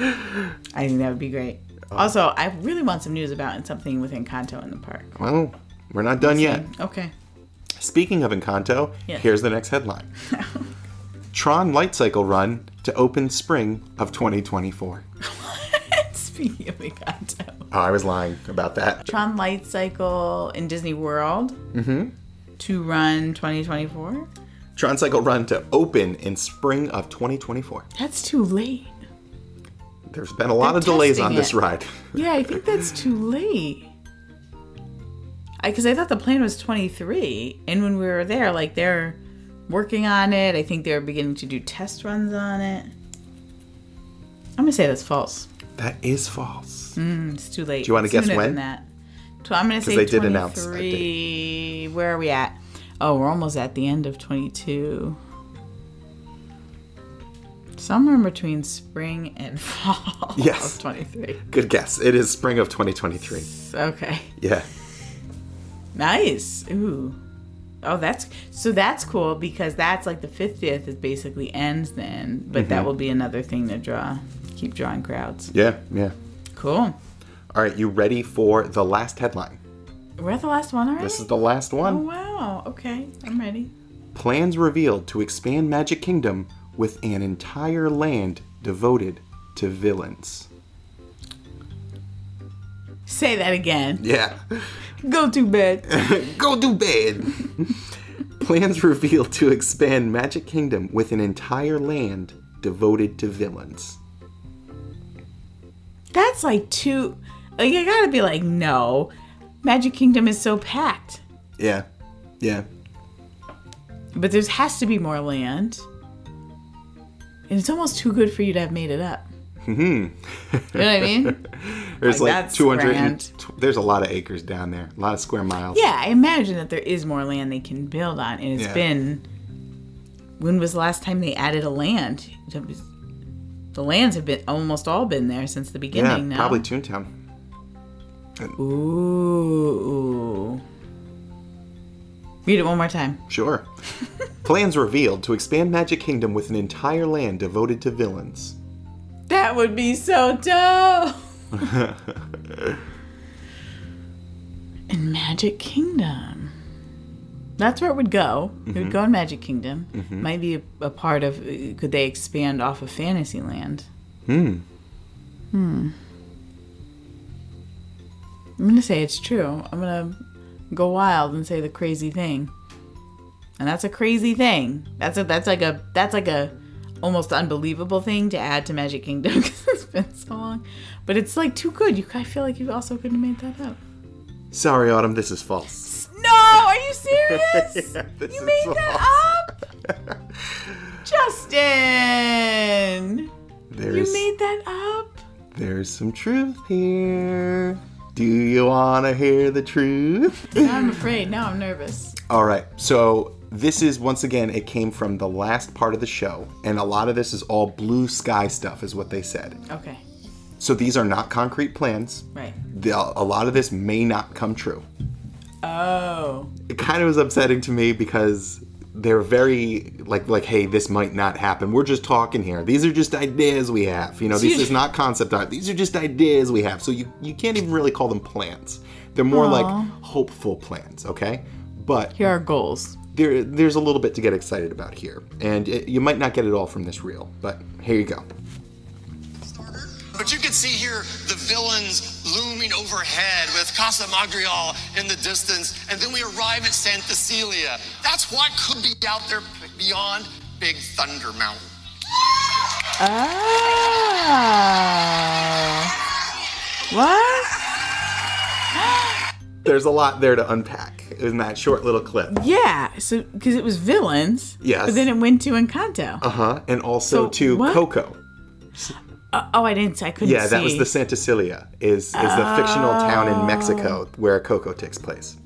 I think that would be great.
Oh.
Also, I really want some news about something with Encanto in the park.
well, we're not done yet.
Okay.
Speaking of Encanto,
Yeah.
here's the next headline Tron Light Cycle Run to open spring of 2024.
Speaking of Encanto,
Oh, I was lying about that.
Tron Light Cycle in Disney World. Mm-hmm. To run 2024.
Tron Cycle Run to open in spring of 2024.
That's too late.
There's been a lot
They're
of delays on
testing
this
it.
ride.
Yeah, I think that's too late. I because I thought the plan was 23, and when we were there, like they're working on it. I think they're beginning to do test runs on it. I'm gonna say that's false. Mm,
That is false.
It's too late. Do
you wanna guess when?
Than that. So I'm gonna say
they did announce a
23. Where are we at? Oh, we're almost at the end of 22. Somewhere in between spring and fall
Yes.
of 23.
Good guess. It is spring of 2023.
Okay.
Yeah.
Nice. Ooh. Oh, that's so that's cool because that's like the 50th is basically ends then, but
Mm-hmm.
that will be another thing to draw. Keep drawing crowds.
Yeah. Yeah.
Cool.
All right, you ready for the last headline?
We're at the last one already.
This is the last
oh,
one.
wow. Okay. I'm ready.
Plans revealed to expand Magic Kingdom with an entire land devoted to villains.
Say that again.
Yeah.
Go to bed.
Go to bed. Plans revealed to expand Magic Kingdom with an entire land devoted to villains.
That's like too. Like I gotta be like no. Magic Kingdom is so packed,
Yeah. Yeah.
but there's has to be more land. And it's almost too good for you to have made it up. Mm-hmm. you know what I mean?
There's
Like,
like,
that's
200 and
grand.
tw- there's a lot of acres down there. A lot of square miles.
Yeah, I imagine that there is more land they can build on, and it's
Yeah.
been when was the last time they added a land? The lands have been almost all been there since the
Yeah,
beginning. now.
probably Toontown.
Ooh. Read it one more time.
Sure. Plans revealed to expand Magic Kingdom with an entire land devoted to villains.
That would be so dope. in Magic Kingdom. That's where it would go. It would go in Magic Kingdom. Might be a, a part of. uh, Could they expand off of Fantasyland? Hmm. Hmm. I'm gonna say it's true. I'm gonna go wild and say the crazy thing. And that's a crazy thing. That's a that's like a that's like a almost unbelievable thing to add to Magic Kingdom because it's been so long. But it's like too good. You I feel like you also couldn't have made that up.
Sorry, Autumn, this is false.
No, are you serious?
Yeah, this
you
is
made that
false.
up, Justin.
There's
You made that up.
there's some truth here. Do you wanna hear the truth?
Now I'm afraid. Now I'm nervous.
All right. So this is once again it came from the last part of the show, and a lot of this is all blue sky stuff, is what they said.
Okay,
So these are not concrete plans.
right.
The, a lot of this may not come true.
Oh,
It kind of was upsetting to me because they're very like like hey this might not happen we're just talking here these are just ideas we have you know this is not concept art these are just ideas we have so you you can't even really call them plans they're more like hopeful plans okay but
here are goals.
there, there's a little bit to get excited about here, and it, you might not get it all from this reel, but here you go.
But you can see here the villains looming overhead with Casa Magrial in the distance, and then we arrive at Santa Cecilia. That's what could be out there beyond Big Thunder Mountain.
Oh, what?
There's a lot there to unpack in that short little clip,
Yeah, so because it was villains.
Yes. Uh-huh.
But then it went to Encanto.
huh? And also
Uh-huh. So
to
what-
Coco.
Uh, oh, I didn't. I couldn't
Yeah,
see.
that was the Santa Cilia is is the fictional town in
Oh.
Mexico where Coco takes place.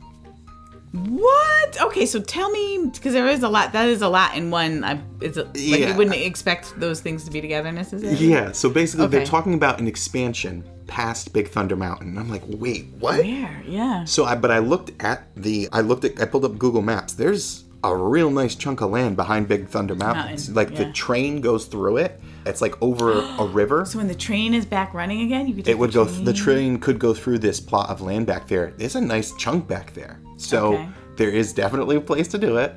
What? Okay, so tell me because there is a lot. That is a lot in one. I, it's a, like
Yeah.
you wouldn't expect those things to be together necessarily.
Yeah, so basically they're
Okay.
talking about an expansion past Big Thunder Mountain. I'm like, wait, what?
Where? Yeah.
So I but I looked at the I looked at I pulled up Google Maps. There's a real nice chunk of land behind Big Thunder Mountains.
Mountain,
like the
yeah.
train goes through it. It's like over a river.
So when the train is back running again, you could. Take
it would
the
go
Train.
the train could go through this plot of land back there. There's a nice chunk back there. So
Okay.
there is definitely a place to do it.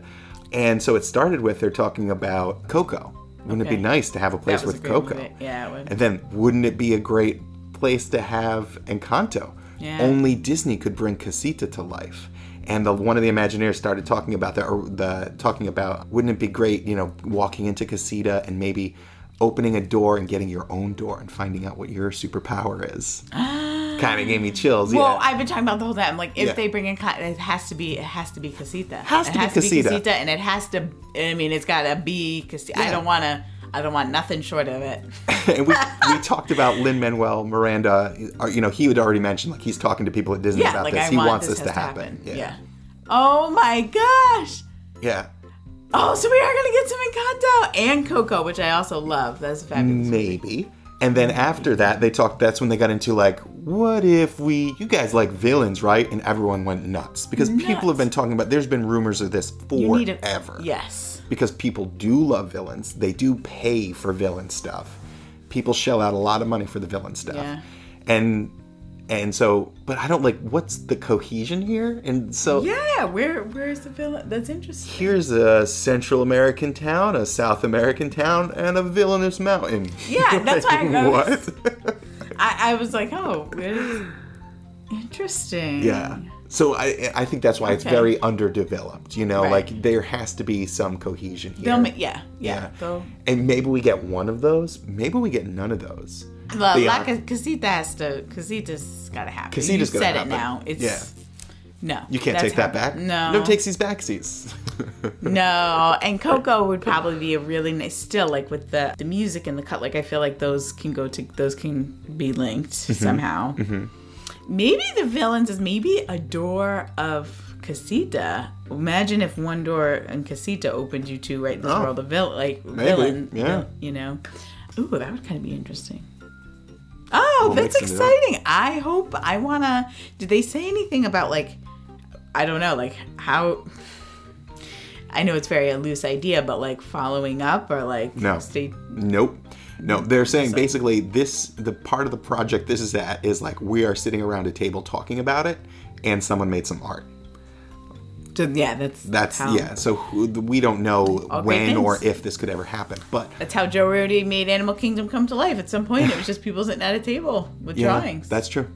And so it started with they're talking about Coco. Wouldn't it be
Okay.
nice to have a place
That was a
with
great
Coco?
movie. Yeah. It would.
And then wouldn't it be a great place to have Encanto?
Yeah.
Only Disney could bring Casita to life. And the, one of the Imagineers started talking about that, or the talking about wouldn't it be great, you know, walking into Casita and maybe opening a door and getting your own door and finding out what your superpower is. kind of gave me chills.
Well,
yeah.
I've been talking about the whole time. Like, if
Yeah.
they bring in cotton, it has to be, it has to be casita.
Has
it
to be Casita.
and it has to. I mean, it's gotta be casita. I
Yeah.
don't wanna. I don't want nothing short of it.
and we, we talked about Lin Manuel Miranda. uh, You know, he had already mentioned like he's talking to people at Disney
Yeah,
about
like
this.
I
he
want
wants
this,
this, to
has
happen.
Yeah. Oh my gosh.
yeah.
Oh, so we are gonna get some Encanto and Coco, which I also love. That's a fabulous.
maybe and then after that they talked that's when they got into like what if we you guys like villains right and everyone went nuts because people have been talking about there's been rumors of this
You need a-
forever
Yes.
because people do love villains they do pay for villain stuff people shell out a lot of money for the villain stuff
Yeah.
and and so but i don't like what's the cohesion here and so
Yeah. Where Where is the villain? That's interesting.
here's a central american town a south american town and a villainous mountain
Yeah, that's why I noticed.
what
I, I was like, oh, where is... interesting.
Yeah. So I I think that's why it's
Okay.
very underdeveloped. You know,
Right.
like there has to be some cohesion here.
They'll ma- yeah, yeah. They'll-
And maybe we get one of those. Maybe we get none of those.
Well,
Yeah.
like a- Casita has to. Casita's gotta happen.
uh, Casita's
you
gotta
said
happen.
it now. It's
Yeah.
no.
You can't
that's
take that
how-
back.
No.
No takesies backsies.
No, and Coco would probably be a really nice still like with the the music and the cut. Like I feel like those can go to those can be
Mm-hmm.
linked somehow. Maybe the villains is maybe a door of Casita. Imagine if one door in Casita opened you to right in this
Oh.
world of vill- like villain.
yeah.
You know. Ooh, that would kind of be interesting. Oh,
We'll
that's
mix it up.
exciting. I hope I wanna did they say anything about like I don't know, like how I know it's very a loose idea, but like following up or like
No.
stay
Nope. No, they're saying basically this the part of the project this is at is like we are sitting around a table talking about it and someone made some art.
to, yeah, that's
That's
how-
yeah. So who, we don't know
All great
when or
things.
if this could ever happen, but
That's how Joe Rody made Animal Kingdom come to life. At some point, it was just people sitting at a table with
you know,
drawings.
that's true.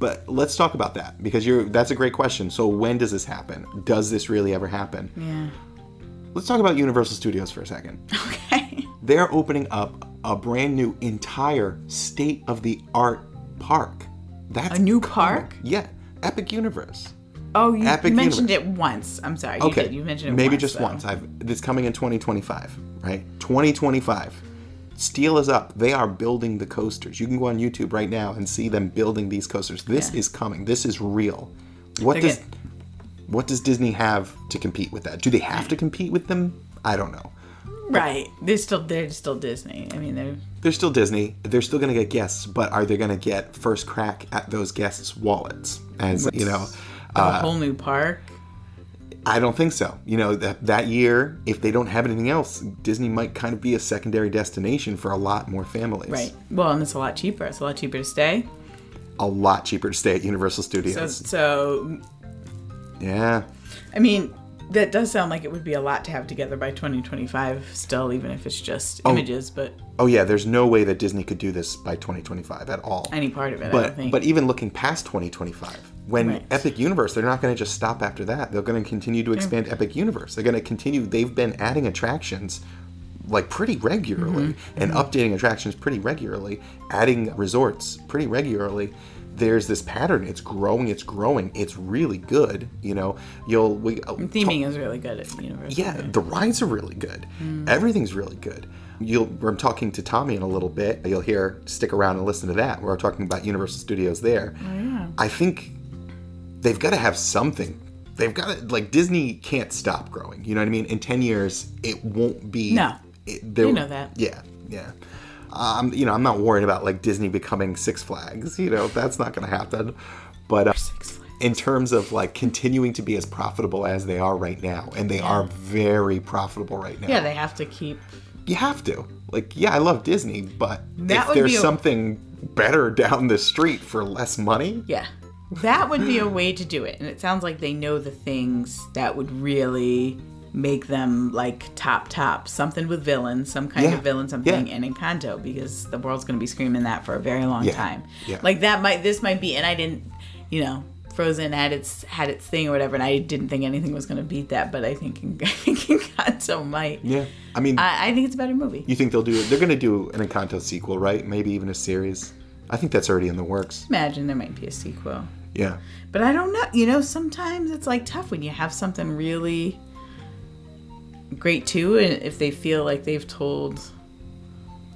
But let's talk about that because you're that's a great question. So when does this happen? Does this really ever happen?
yeah.
Let's talk about Universal Studios for a second.
Okay.
They're opening up a brand new entire state of the art park. That's
A new
coming.
park?
Yeah, Epic Universe.
Oh, you
Epic
mentioned
universe.
it once. I'm sorry. You
Okay.
did. You mentioned it
Maybe
once,
just
though.
once. I've it's coming in 2025, right? 2025. Steel is up. They are building the coasters. You can go on YouTube right now and see them building these coasters. This is coming. This is real. What
They're
does
get-
what does Disney have to compete with that? Do they have to compete with them? I don't know.
Right. They're still they're still Disney. I mean, they're
They're still Disney. They're still going to get guests, but are they going to get first crack at those guests' wallets? As you know,
a
Uh,
whole new park.
I don't think so. You know, that, that year, if they don't have anything else, Disney might kind of be a secondary destination for a lot more families.
Right. Well, and it's a lot cheaper. It's a lot cheaper to stay.
A lot cheaper to stay at Universal
So,
Studios.
so
yeah.
I mean, that does sound like it would be a lot to have together by 2025. Still, even if it's just images, but
Oh, yeah, there's no way that Disney could do this by 2025 at all.
any part of it, I don't
but,
think.
but e- even looking past 2025, when
Right.
Epic Universe, they're not going to just stop after that. They're going to continue to expand Epic Universe. They're going to continue, they've been adding attractions like pretty regularly
Mm-hmm.
and updating attractions pretty regularly, adding resorts pretty regularly. There's this pattern. It's growing, it's growing. It's really good. You know, you'll. We,
theming is really good at Universal.
yeah, the rides are really good.
Hmm.
Everything's really good. You'll I'm talking to Tommy in a little bit. You'll hear stick around and listen to that. We're talking about Universal Studios there.
Oh,
I think they've got to have something. They've got to like Disney can't stop growing. You know what I mean? In 10 years it won't be
No.
it, there-
You know that.
Yeah. Yeah. Um, you know, I'm not worried about like Disney becoming Six Flags. You know, that's not going to happen. But uh, in terms of like continuing to be as profitable as they are right now, and they are very profitable right now.
Yeah, they have to keep
you have to. Like, yeah, I love Disney, but
That
if
would be
there's
a-
something better down the street for less money,
Yeah. That would be a way to do it. And it sounds like they know the things that would really make them like top top something with villains some kind
Yeah.
of villain something
Yeah.
and encanto because the world's going to be screaming that for a very long
Yeah.
time
Yeah.
like that might this might be and i didn't you know frozen had its had its thing or whatever and i didn't think anything was going to beat that but i think En- I think encanto might
yeah. I mean,
I, I think it's a better movie
you think they'll do? They're going to do an Encanto sequel, right? Maybe even a series. I think that's already in the works.
imagine there might be a sequel
Yeah.
But I don't know. You know, sometimes it's like tough when you have something really great too, and if they feel like they've told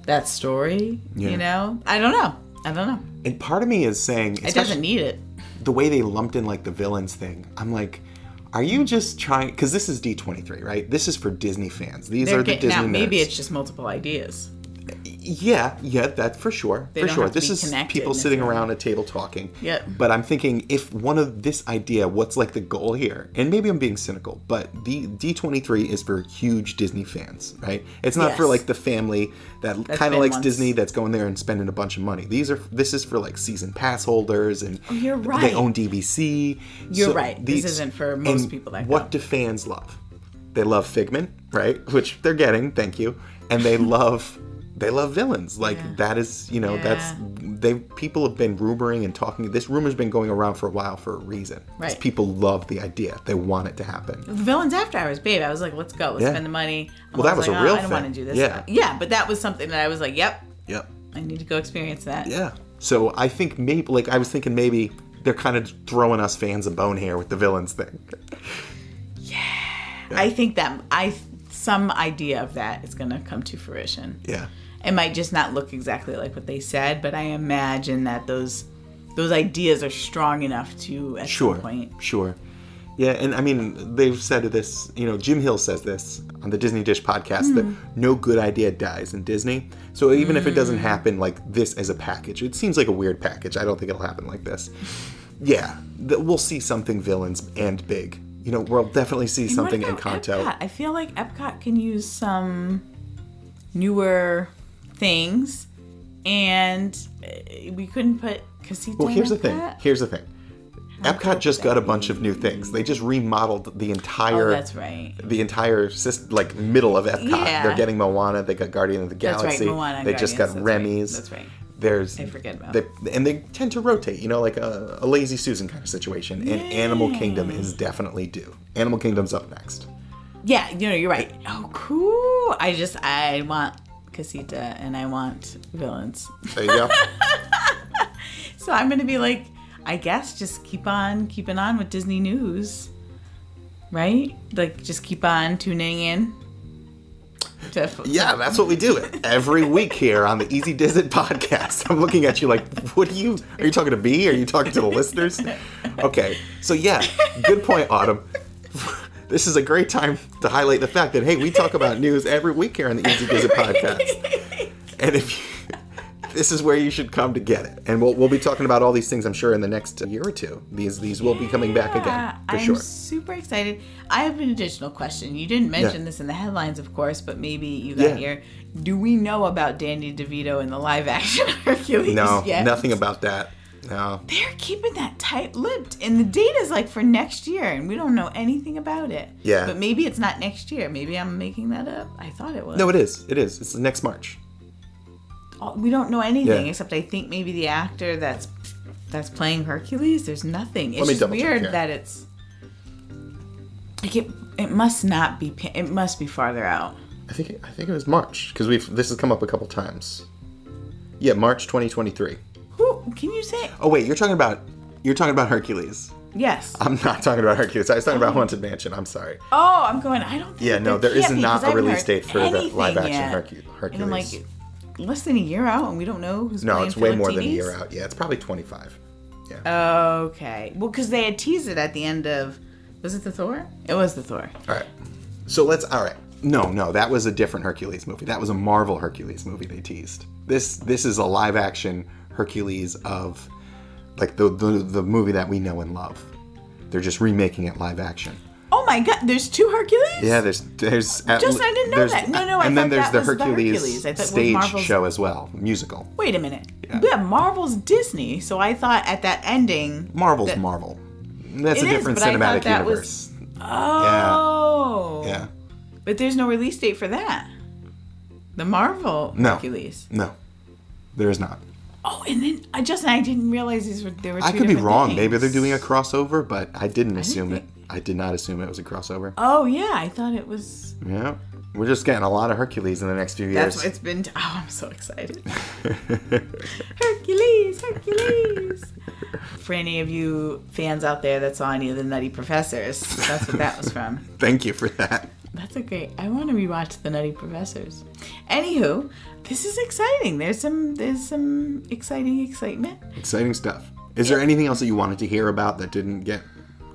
that story,
Yeah.
you know, I don't know. I don't know.
And part of me is saying,
It
especially-
doesn't need it.
the way they lumped in like the villains thing, I'm like, are you just trying? Because this is D23, right? This is for Disney fans. These are
They're
the
getting
Disney.
out. Maybe
nerds.
it's just multiple ideas.
yeah, yeah, that for sure,
They
for
don't
sure.
have to
This
be
is
connected
people sitting
necessarily.
around a table talking.
Yep.
But I'm thinking, if one of this idea, what's like the goal here? And maybe I'm being cynical, but the D23 is for huge Disney fans, right? It's not for
Yes.
like the family that kind of
been
likes
once.
Disney that's going there and spending a bunch of money. These are this is for like season pass holders and
Oh, you're
they
right.
own DVC.
You're right. This isn't for most
and
people that
What do
go.
fans love? They love Figment, right? Which they're getting, thank you. And they love they love villains. Like that is, you know, that's they people have been rumoring and talking. This rumor's been going around for a while for a reason. 'Cause
Right. Mm-hmm.
People love the idea. They want it to happen.
The villains after hours, babe. I was like, let's go. Let's
Yeah.
spend the money. I'm
Well, that
always
was
like,
a real
oh, I don't want to
thing.
do this.
Yeah.
yeah, but that was something that I was like, yep,
Yep.
I need to go experience that.
Yeah. So I think maybe like I was thinking maybe they're kind of throwing us fans a bone here with the villains thing.
I think that I some idea of that is going to come to fruition.
Yeah.
it might just not look exactly like what they said, but I imagine that those those ideas are strong enough to at
Sure.
some point.
Sure. Yeah, and I mean, they've said this, you know, Jim Hill says this on the Disney Dish podcast
Hmm.
that no good idea dies in Disney. So even if it
Hmm.
doesn't happen like this as a package, it seems like a weird package. I don't think it'll happen like this. Yeah, th- we'll see something villains and big. You know, we'll definitely see
What
something in
about
Kanto.
Epcot? I feel like Epcot can use some newer things, and uh, we couldn't put Casita.
Well,
in
here's the thing.
Epcot?
Here's the thing. Epcot just got a bunch of new things. They just remodeled the
Oh,
entire
that's right.
the entire sys- like middle of Epcot.
Yeah.
They're getting Moana. They got Guardian of the
That's right,
Galaxy.
Moana,
they just got
Guardians,
Remy's.
that's right, that's right.
There's
I forget about.
They, and they tend to rotate, you know, like a, a lazy Susan kind of situation. And Animal Kingdom is definitely due. Animal Kingdom's up next.
Yeah, you know, you're right. Oh, cool. I just I want Casita and I want villains.
There you go.
So I'm gonna be like, I guess just keep on keeping on with Disney News, right? Like just keep on tuning in. To,
yeah, that's what we do every week here on the Easy Dizzit podcast. I'm looking at you like, what are you? Are you talking to me? Are you talking to the listeners? Okay, so yeah, good point, Autumn. This is a great time to highlight the fact that hey, we talk about news every week here on the Easy Dizzit podcast, and if you, this is where you should come to get it, and we'll we'll be talking about all these things, I'm sure, in the next year or two. These these will be coming back again
Yeah,
for
I'm
sure.
super excited. I have an additional question. You didn't mention
Yeah.
this in the headlines, of course, but maybe you got
Yeah.
here. Do we know about Danny DeVito in the live action Hercules
No,
yet?
nothing about that. No.
They're keeping that tight lipped, and the date is like for next year, and we don't know anything about it.
Yeah.
But maybe it's not next year. Maybe I'm making that up. I thought it was.
No, it is. It is. It's next March.
Oh, we don't know anything
Yeah.
except I think maybe the actor that's that's playing Hercules. There's nothing. It's
me
just
double check
weird
here.
that it's like it. It must not be. pa- It must be farther out.
I think it, I think it was March because we've this has come up a couple times. Yeah, March 2023.
Who can you say?
Oh wait, you're talking about you're talking about Hercules.
Yes.
I'm not talking about Hercules. I was talking about Haunted Mansion. I'm sorry.
oh, I'm going. I don't. Think
Yeah, no,
there
there is
can't be, 'cause
not
I
a
haven't
release
heard
date for the
anything
live action
yet.
Hercu- Hercules.
And I'm like, less than a year out, and we don't know who's
no,
playing
it's way more than a
Philotides?
year out. Yeah, it's probably 25.
Okay. Well, because they had teased it at the end of. Was it the Thor? It was the Thor.
All right. So let's. All right. No, no, that was a different Hercules movie. That was a Marvel Hercules movie they teased. This this is a live action Hercules of like the the, the movie that we know and love. They're just remaking it live action.
Oh my God! There's two Hercules.
Yeah, there's there's at
Just-
l-
I didn't know
there's-
that. No, no, I
and then there's
thought that
the
was the
Hercules,
Hercules. I thought with
stage
Marvel's-
show as well, musical.
Wait a minute. Yeah, Marvel's Disney, so I thought at that ending.
Marvel's
that-
Marvel. That's a
It is,
different
but I thought
cinematic
that was-
universe.
Oh.
Yeah,
But there's no release date for that. The Marvel
No.
Hercules.
no, there is not.
Oh, and then I just I didn't realize these were there were. Two
I could be
different
wrong.
things.
Maybe they're doing a crossover, but I didn't assume
think-
it. I did not assume it was a crossover.
Oh yeah, I thought it was.
Yeah. We're just getting a lot of Hercules in the next few years.
That's what it's been. T- oh, I'm so excited. Hercules, Hercules. For any of you fans out there that saw any of the Nutty Professors, that's what that was from.
Thank you for that.
That's a great. I want to rewatch The Nutty Professors. Anywho, this is exciting. There's some there's some exciting excitement.
Exciting stuff. Is there anything else that you wanted to hear about that didn't get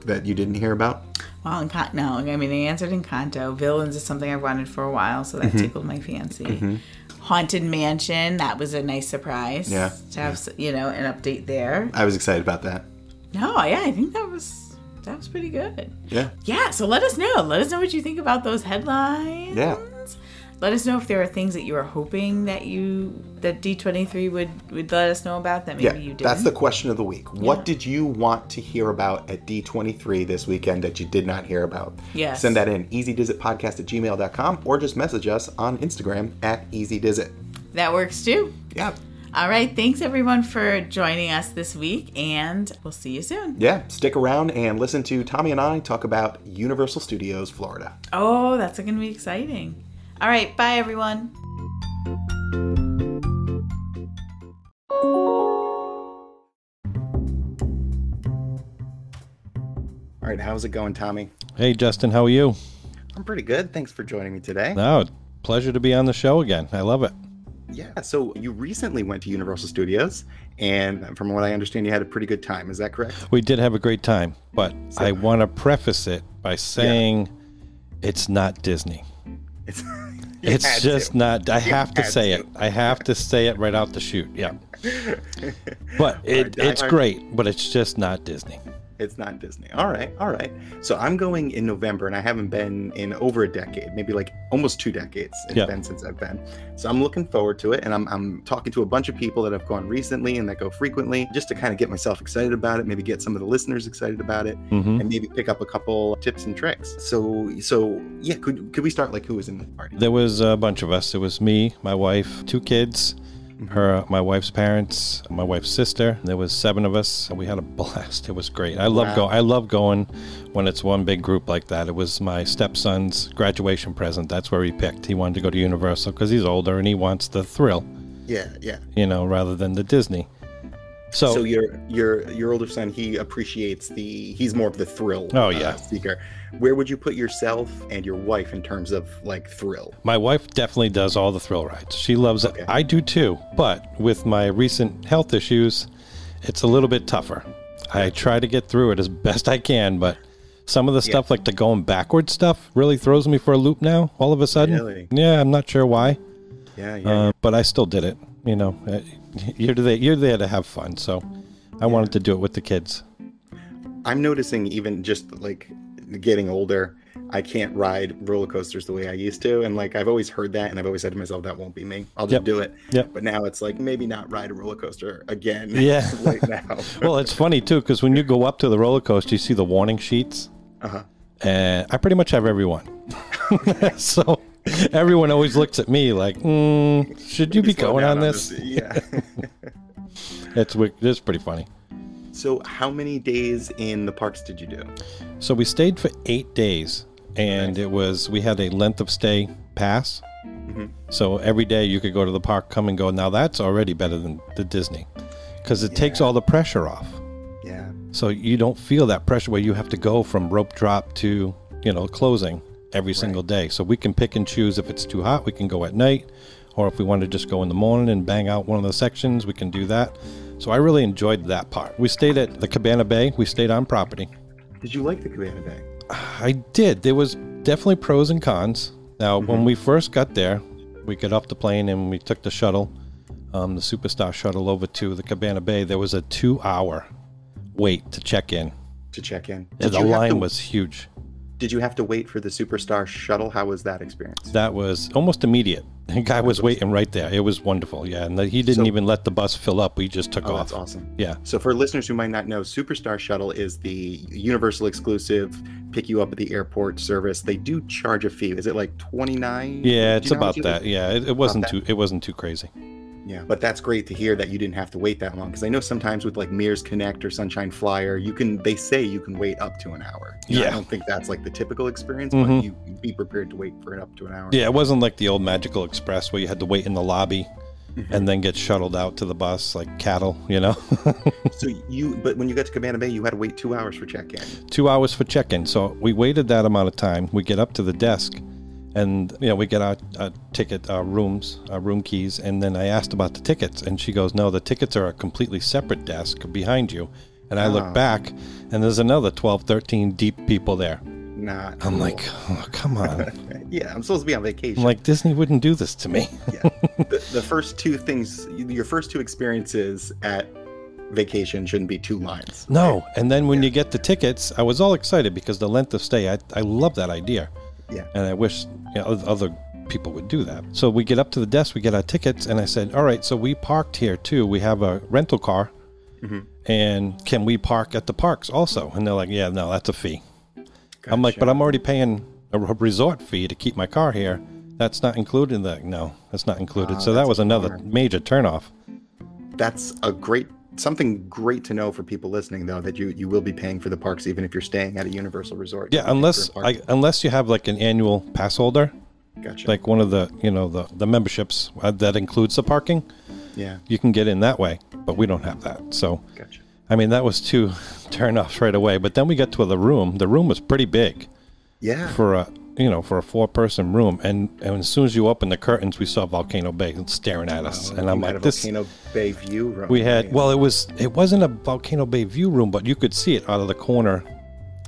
that you didn't hear about?
Well, in Con- no, I mean they answered Encanto. Villains is something I've wanted for a while, so that tickled my fancy. Haunted Mansion. That was a nice surprise.
Yeah.
To have s you know an update there.
I was excited about that.
No, yeah, I think that was that was pretty good.
Yeah.
Yeah, so let us know. Let us know what you think about those headlines.
Yeah.
Let us know if there are things that you were hoping that you that D twenty three would would let us know about that maybe
Yeah.
you didn't.
That's the question of the week. What did you want to hear about at D23 this weekend that you did not hear about?
Yes.
Send that in easydizitpodcast at gmail.com or just message us on Instagram at easydizit.
that works too.
Yeah.
All right, thanks everyone for joining us this week, and we'll see you soon.
Yeah. Stick around and listen to Tommy and I talk about Universal Studios Florida.
Oh, that's gonna be exciting. All right, bye everyone.
All right. How's it going, Tommy?
Hey, Justin, how are you?
I'm pretty good. Thanks for joining me today.
No, pleasure to be on the show again. I love it.
Yeah. So you recently went to Universal Studios, and from what I understand, you had a pretty good time. Is that correct?
We did have a great time, but I want to preface it by saying it's not Disney.
It's,
It's just not. I have to
had
say
to.
it. I have to say it right out the shoot. Yeah. But it,
I-
it's
I-
great, but it's just not Disney.
It's not Disney. All right, all right. So I'm going in November, and I haven't been in over a decade, maybe like almost two decades. It's
Yeah.
been since I've been. So I'm looking forward to it, and I'm, I'm talking to a bunch of people that have gone recently and that go frequently, just to kind of get myself excited about it, maybe get some of the listeners excited about it,
Mhm.
and maybe pick up a couple tips and tricks. So, so yeah, could could we start like who was in the party?
There was a bunch of us. It was me, my wife, two kids, her, my wife's parents, my wife's sister. There was seven of us. We had a blast. It was great. I love go. I love going when it's one big group like that. It was my stepson's graduation present. That's where he picked. He wanted to go to Universal because he's older and he wants the thrill,
yeah, yeah.
you know, rather than the Disney. So,
So your your your older son, he appreciates the he's more of the thrill. uh,
Oh, yeah.
seeker. Where would you put yourself and your wife in terms of like thrill?
my wife definitely does all the thrill rides. She loves
Okay.
it. I do too. But with my recent health issues, it's a little bit tougher. I try to get through it as best I can, but some of the stuff like the going backward stuff really throws me for a loop now. All of a sudden,
Really?
yeah, I'm not sure why,
Yeah, yeah.
uh, but I still did it. You know, uh, you're there, you're there to have fun, so I wanted to do it with the kids.
I'm noticing even just like getting older, I can't ride roller coasters the way I used to, and like I've always heard that, and I've always said to myself, that won't be me. I'll just
Yep.
do it.
Yep.
But now it's like maybe not ride a roller coaster again.
Yeah.
right now.
well, it's funny too because when you go up to the roller coaster, you see the warning sheets, and I pretty much have every one. so everyone always looks at me like, mm, "Should you be
Slow
going
down
on this?"
Yeah.
It's wi- it's pretty funny.
so how many days in the parks did you do?
So we stayed for eight days, and it was we had a length of stay pass. So every day you could go to the park, come and go. Now that's already better than the Disney, because it takes all the pressure off.
Yeah.
So you don't feel that pressure where you have to go from rope drop to, you know, closing every single day. So we can pick and choose if it's too hot, we can go at night, or if we want to just go in the morning and bang out one of the sections, we can do that. So I really enjoyed that part. We stayed at the Cabana Bay, we stayed on property.
Did you like the Cabana Bay?
I did. There was definitely pros and cons. Now, when we first got there, we got off the plane and we took the shuttle, um, the Superstar shuttle over to the Cabana Bay. There was a two hour wait to check in.
to check in.
Yeah, the
you have
line
to-
was huge.
Did you have to wait for the superstar shuttle? How was that experience?
That was almost immediate. The guy was waiting right there. It was wonderful. Yeah, and he didn't
So-
even let the bus fill up. We just took
Oh,
off.
that's awesome.
Yeah,
So, for listeners who might not know, Superstar Shuttle is the Universal exclusive pick you up at the airport service. They do charge a fee. Is it like twenty nine?
yeah, it's about that. Yeah, it, it wasn't too. It wasn't too crazy.
Yeah, but that's great to hear that you didn't have to wait that long because I know sometimes with like Mears Connect or Sunshine Flyer, you can they say you can wait up to an hour. You know, I
Yeah.
don't think that's like the typical experience, but
Mhm.
you be prepared to wait for it up to an hour.
Yeah, it wasn't like the old Magical Express where you had to wait in the lobby
Mm-hmm.
and then get shuttled out to the bus like cattle. You know,
So you, but when you got to Cabana Bay, you had to wait two hours for check in.
two hours for check-in. So we waited that amount of time. We get up to the desk, and you know we get our, our ticket, our rooms, our room keys, and then I asked about the tickets, and she goes, "No, the tickets are a completely separate desk behind you." And I look back, and there's another 12, 13 deep people there.
Not.
I'm like, oh, come on.
Yeah, I'm supposed to be on vacation.
I'm like, Disney wouldn't do this to me.
yeah. the, the first two things, your first two experiences at vacation shouldn't be two lines.
No. And then when you get the tickets, I was all excited because the length of stay, I, I love that idea.
Yeah.
And I wish you know, oth- other people would do that. So we get up to the desk, we get our tickets, and I said, All right, so we parked here too. We have a rental car. And can we park at the parks also? And they're like, Yeah, no, that's a fee. I'm like, But I'm already paying a r- resort fee to keep my car here. That's not included in the no, that's not included. so that was another major turnoff.
That's a great something great to know for people listening though that you you will be paying for the parks even if you're staying at a Universal resort.
Yeah,
You'll pay for
unless
a park.
I, unless you have like an annual pass holder,
gotcha.
like one of the you know the the memberships uh, that includes the parking
yeah,
you can get in that way but we don't have that so
gotcha.
i mean that was two turn offs right away but then we got to the room the room was pretty big
Yeah.
for a you know, for a four-person room, and and as soon as you open the curtains, we saw Volcano Bay staring at us, and I'm
You had
like,
a
this.
Volcano Bay view room.
We had
right?
well, it was it wasn't a Volcano Bay view room, but you could see it out of the corner,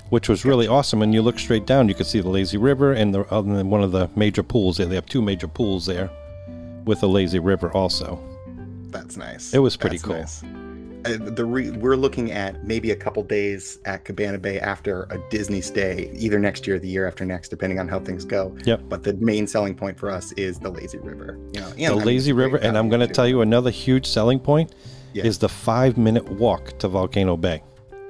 which was really awesome. And you look straight down, you could see the lazy river and the other than one of the major pools there. They have two major pools there, with the lazy river also.
That's nice.
It was pretty
That's
cool.
nice. Uh, the re- we're looking at maybe a couple days at Cabana Bay after a Disney stay, either next year or the year after next, depending on how things go.
Yep.
But the main selling point for us is the lazy river. You know, and, I
the
mean,
lazy
it's great
river, and I'm
value,
going to
too.
tell you another huge selling point
Yeah.
is the five-minute walk to Volcano Bay.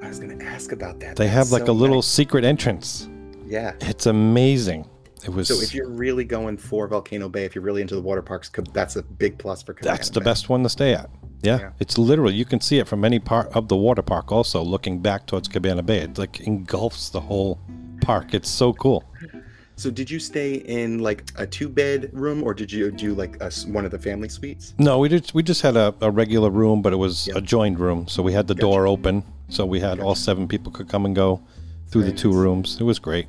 I was going to ask about that.
They
That's
have like
so
a little
nice.
secret entrance.
Yeah.
It's amazing. It was.
So if you're really going for Volcano Bay, if you're really into the water parks, Cab- that's a big plus for Cabana.
That's the
Bay.
best one to stay at. Yeah,
Yeah.
it's literally you can see it from any part of the water park. Also, looking back towards Cabana Bay, it like engulfs the whole park. It's so cool.
So did you stay in like a two bed room, or did you do like a s one of the family suites?
No, we just we just had a, a regular room, but it was a joined room, so we had the door open, so we had all seven people could come and go through the two rooms. It was great.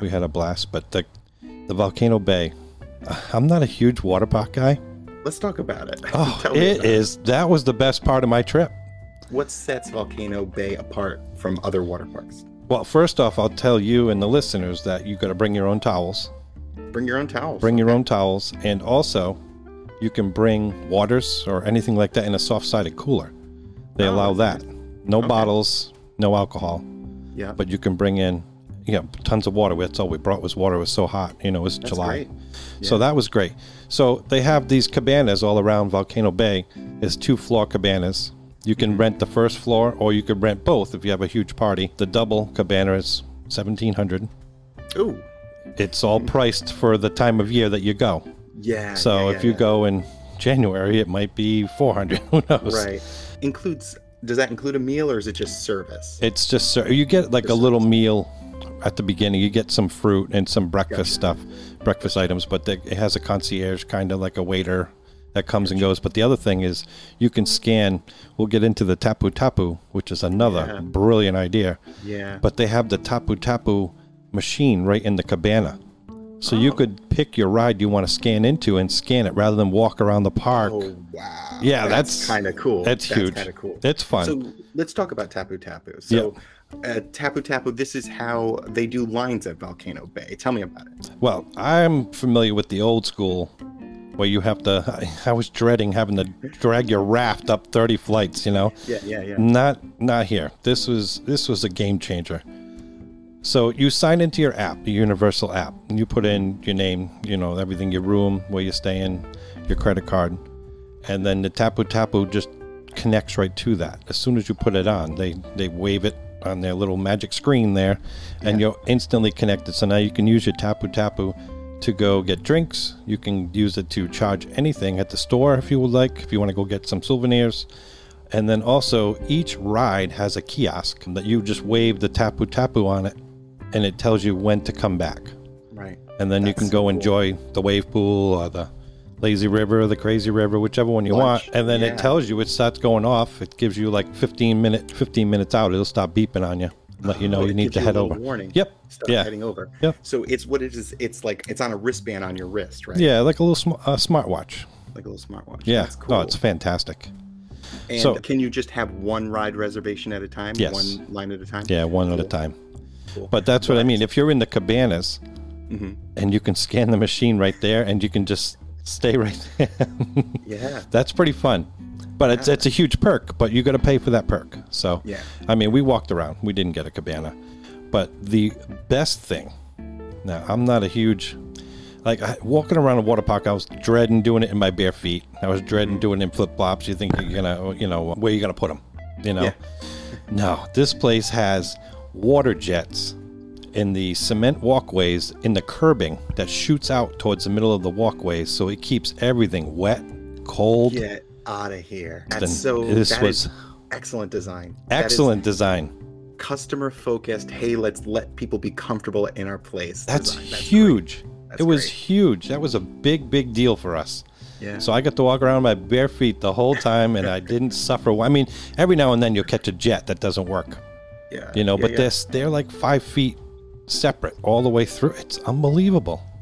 We had a blast, but the the Volcano Bay. uh, I'm not a huge water park guy.
Let's talk about it.
Oh,
Tell me
it
about
is. That was the best part of my trip.
What sets Volcano Bay apart from other water parks?
Well, first off, I'll tell you and the listeners that you got to bring your own towels.
Bring your own towels.
Bring your own towels, and also you can bring waters or anything like that in a soft sided cooler. They allow that. No bottles, no alcohol,
yeah,
but you can bring in you know, tons of water. That's all we brought was water. It was so hot. You know, it was July.
great.
So that was great. So they have these cabanas all around Volcano Bay. There's two floor cabanas. You can rent the first floor or you could rent both if you have a huge party. The double cabana is 1700
ooh,
It's all priced for the time of year that you go.
yeah.
So
yeah,
if
yeah,
you
yeah.
go in January, it might be 400. Who knows?
right, includes does that include a meal or is it just service?
It's just ser- you get like a little meal at the beginning. You get some fruit and some breakfast stuff, breakfast items. But they, it has a concierge, kind of like a waiter that comes and goes. But the other thing is, you can scan. We'll get into the tapu tapu, which is another brilliant idea.
yeah,
But they have the tapu tapu machine right in the cabana. So
Oh.
you could pick your ride you want to scan into and scan it rather than walk around the park.
oh wow,
Yeah,
that's,
that's,
kind of cool.
That's, huge.
Kind of cool.
It's fun.
So let's talk about Tapu Tapu. So uh, Tapu Tapu, this is how they do lines at Volcano Bay. Tell me about it.
well, I'm familiar with the old school where you have to. I, I was dreading having to drag your raft up 30 flights. You know.
Yeah, yeah, yeah.
Not not here. This was this was a game changer. So you sign into your app, the Universal app, and you put in your name, you know, everything, your room, where you're staying, your credit card, and then the Tapu Tapu just connects right to that. As soon as you put it on, they they wave it on their little magic screen there, and you're instantly connected. So now you can use your Tapu Tapu to go get drinks. You can use it to charge anything at the store if you would like. If you want to go get some souvenirs, and then also, each ride has a kiosk that you just wave the tapu tapu on it, and it tells you when to come back.
Right.
And then you can go enjoy the wave pool or the lazy river or the crazy river, whichever one you
Lunch,
want. And then
yeah.
it tells you it starts going off. It gives you like 15 minute, 15 minutes out. It'll stop beeping on you, let you know
Oh,
you
it
need
gives
to
you a
head
little
over.
Warning.
Yep.
Start
Yeah.
Heading over.
Yep.
So it's what it is. It's like it's on a wristband on your wrist, right?
Yeah, like a little sm- uh, smartwatch.
Like a little smartwatch.
Yeah.
That's cool.
Oh, it's fantastic.
And
So-
can you just have one ride reservation at a time?
Yes.
One line at a time?
Yeah, one at a time. But that's what I mean. If you're in the cabanas
Mm-hmm.
and you can scan the machine right there and you can just stay right there,
Yeah.
that's pretty fun. But it's, it's a huge perk, but you got to pay for that perk. So,
Yeah.
I mean, we walked around. We didn't get a cabana. But the best thing, now, I'm not a huge, like, I, walking around a water park, I was dreading doing it in my bare feet. I was dreading
Mm-hmm.
doing it in flip flops. You think you're going to, you know, where you going to put them, you know?
Yeah.
No, this place has water jets in the cement walkways in the curbing that shoots out towards the middle of the walkways, so it keeps everything wet, cold.
Get out of here. That's
Then
so.
this
that
was-
is excellent design. That is
Excellent design.
Customer focused. Hey, let's let people be comfortable in our place.
That's
design.
huge.
That's
it was
great.
huge. That was a big, big deal for us.
Yeah.
So I got to walk around on my bare feet the whole time, and I didn't suffer. I mean, every now and then you'll catch a jet that doesn't work,
Yeah.
you know.
yeah,
but
yeah.
this, they're like five feet separate all the way through. It's unbelievable.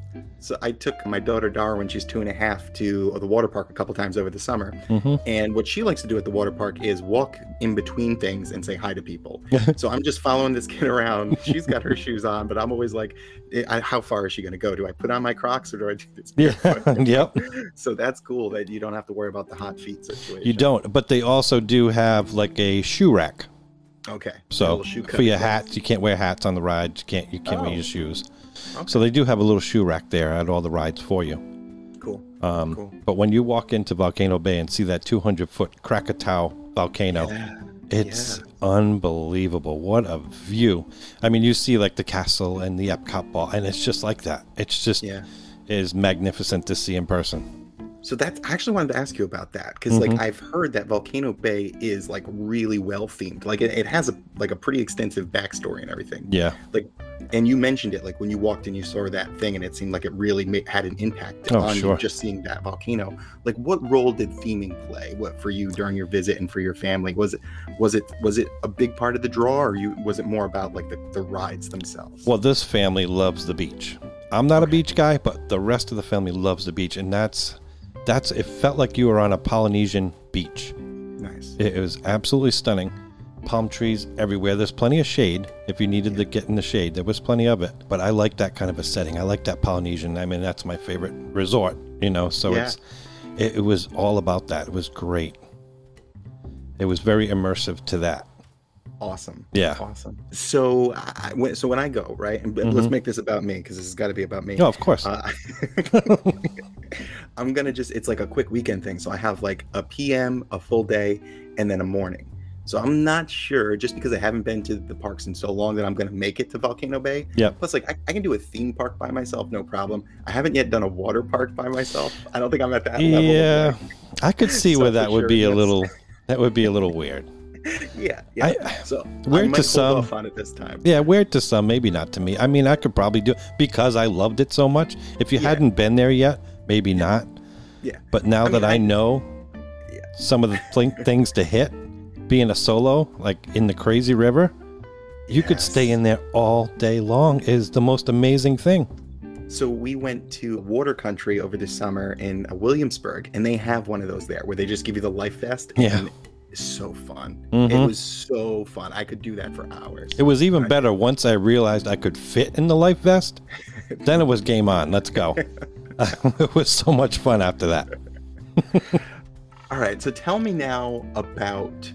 So I took my daughter Dara when she's two and a half to the water park a couple times over the summer.
Mm-hmm.
And what she likes to do at the water park is walk in between things and say hi to people. so I'm just following this kid around. She's got her shoes on, but I'm always like, eh, I, how far is she going to go? Do I put on my Crocs or do I do this?
Yeah. yep.
So that's cool that you don't have to worry about the hot feet situation.
You don't, but they also do have like a shoe rack.
Okay. A
So
little shoe
for
cover.
your hats, you can't wear hats on the ride. You can't you can't wear
Oh.
your shoes. So they do have a little shoe rack there at all the rides for you.
Cool. Um, cool.
But when you walk into Volcano Bay and see that 200 foot Krakatoa volcano, it's unbelievable. What a view! I mean, you see like the castle and the Epcot ball, and it's just like that. It's just
Yeah.
it is magnificent to see in person.
So that's I actually wanted to ask you about that because
Mm-hmm.
like I've heard that Volcano Bay is like really well themed. Like it, it has a like a pretty extensive backstory and everything.
Yeah.
Like, and you mentioned it like when you walked in, you saw that thing, and it seemed like it really ma- had an impact
Oh,
on you
sure.
just seeing that volcano. Like, what role did theming play? What for you during your visit and for your family? Was it was it was it a big part of the draw, or you was it more about like the, the rides themselves?
Well, this family loves the beach. I'm not a beach guy, but the rest of the family loves the beach, and that's that's. It felt like you were on a Polynesian beach.
nice.
It was absolutely stunning. Palm trees everywhere. There's plenty of shade if you needed to get in the shade. There was plenty of it. But I like that kind of a setting. I like that Polynesian. I mean, that's my favorite resort, you know. So
Yeah.
it's it, it was all about that. It was great. It was very immersive to that.
awesome.
Yeah.
Awesome. So I when so when I go right, and but let's make this about me because this has got to be about me.
Mm-hmm. No, of course.
Uh, I'm gonna just it's like a quick weekend thing. So I have like a PM, a full day, and then a morning. So I'm not sure just because I haven't been to the parks in so long that I'm gonna make it to Volcano Bay.
Yep.
Plus, like I, I can do a theme park by myself, no problem. I haven't yet done a water park by myself. I don't think I'm at that level.
yeah, I could see where that would be a
Self-assuredness.
little. That would be a little weird.
Yeah. Yeah. so
we're
I
into
might hold
some-
off on it this time.
Yeah, weird to some, maybe not to me. I mean, I could probably do it because I loved it so much. If you hadn't been there yet, maybe not.
Yeah.
But now that
mean,
I,
I-
know some of the pl- things to hit, being a solo, like in the crazy river, you could stay in there all day long is the most amazing thing.
So we went to Water Country over the summer in uh, Williamsburg, and they have one of those there where they just give you the life vest.
Yeah.
And it's so fun. It
Mhm.
was so fun. I could do that for hours.
It was even better once I realized I could fit in the life vest. Then it was game on. Let's go. it was so much fun after that.
All right. So tell me now about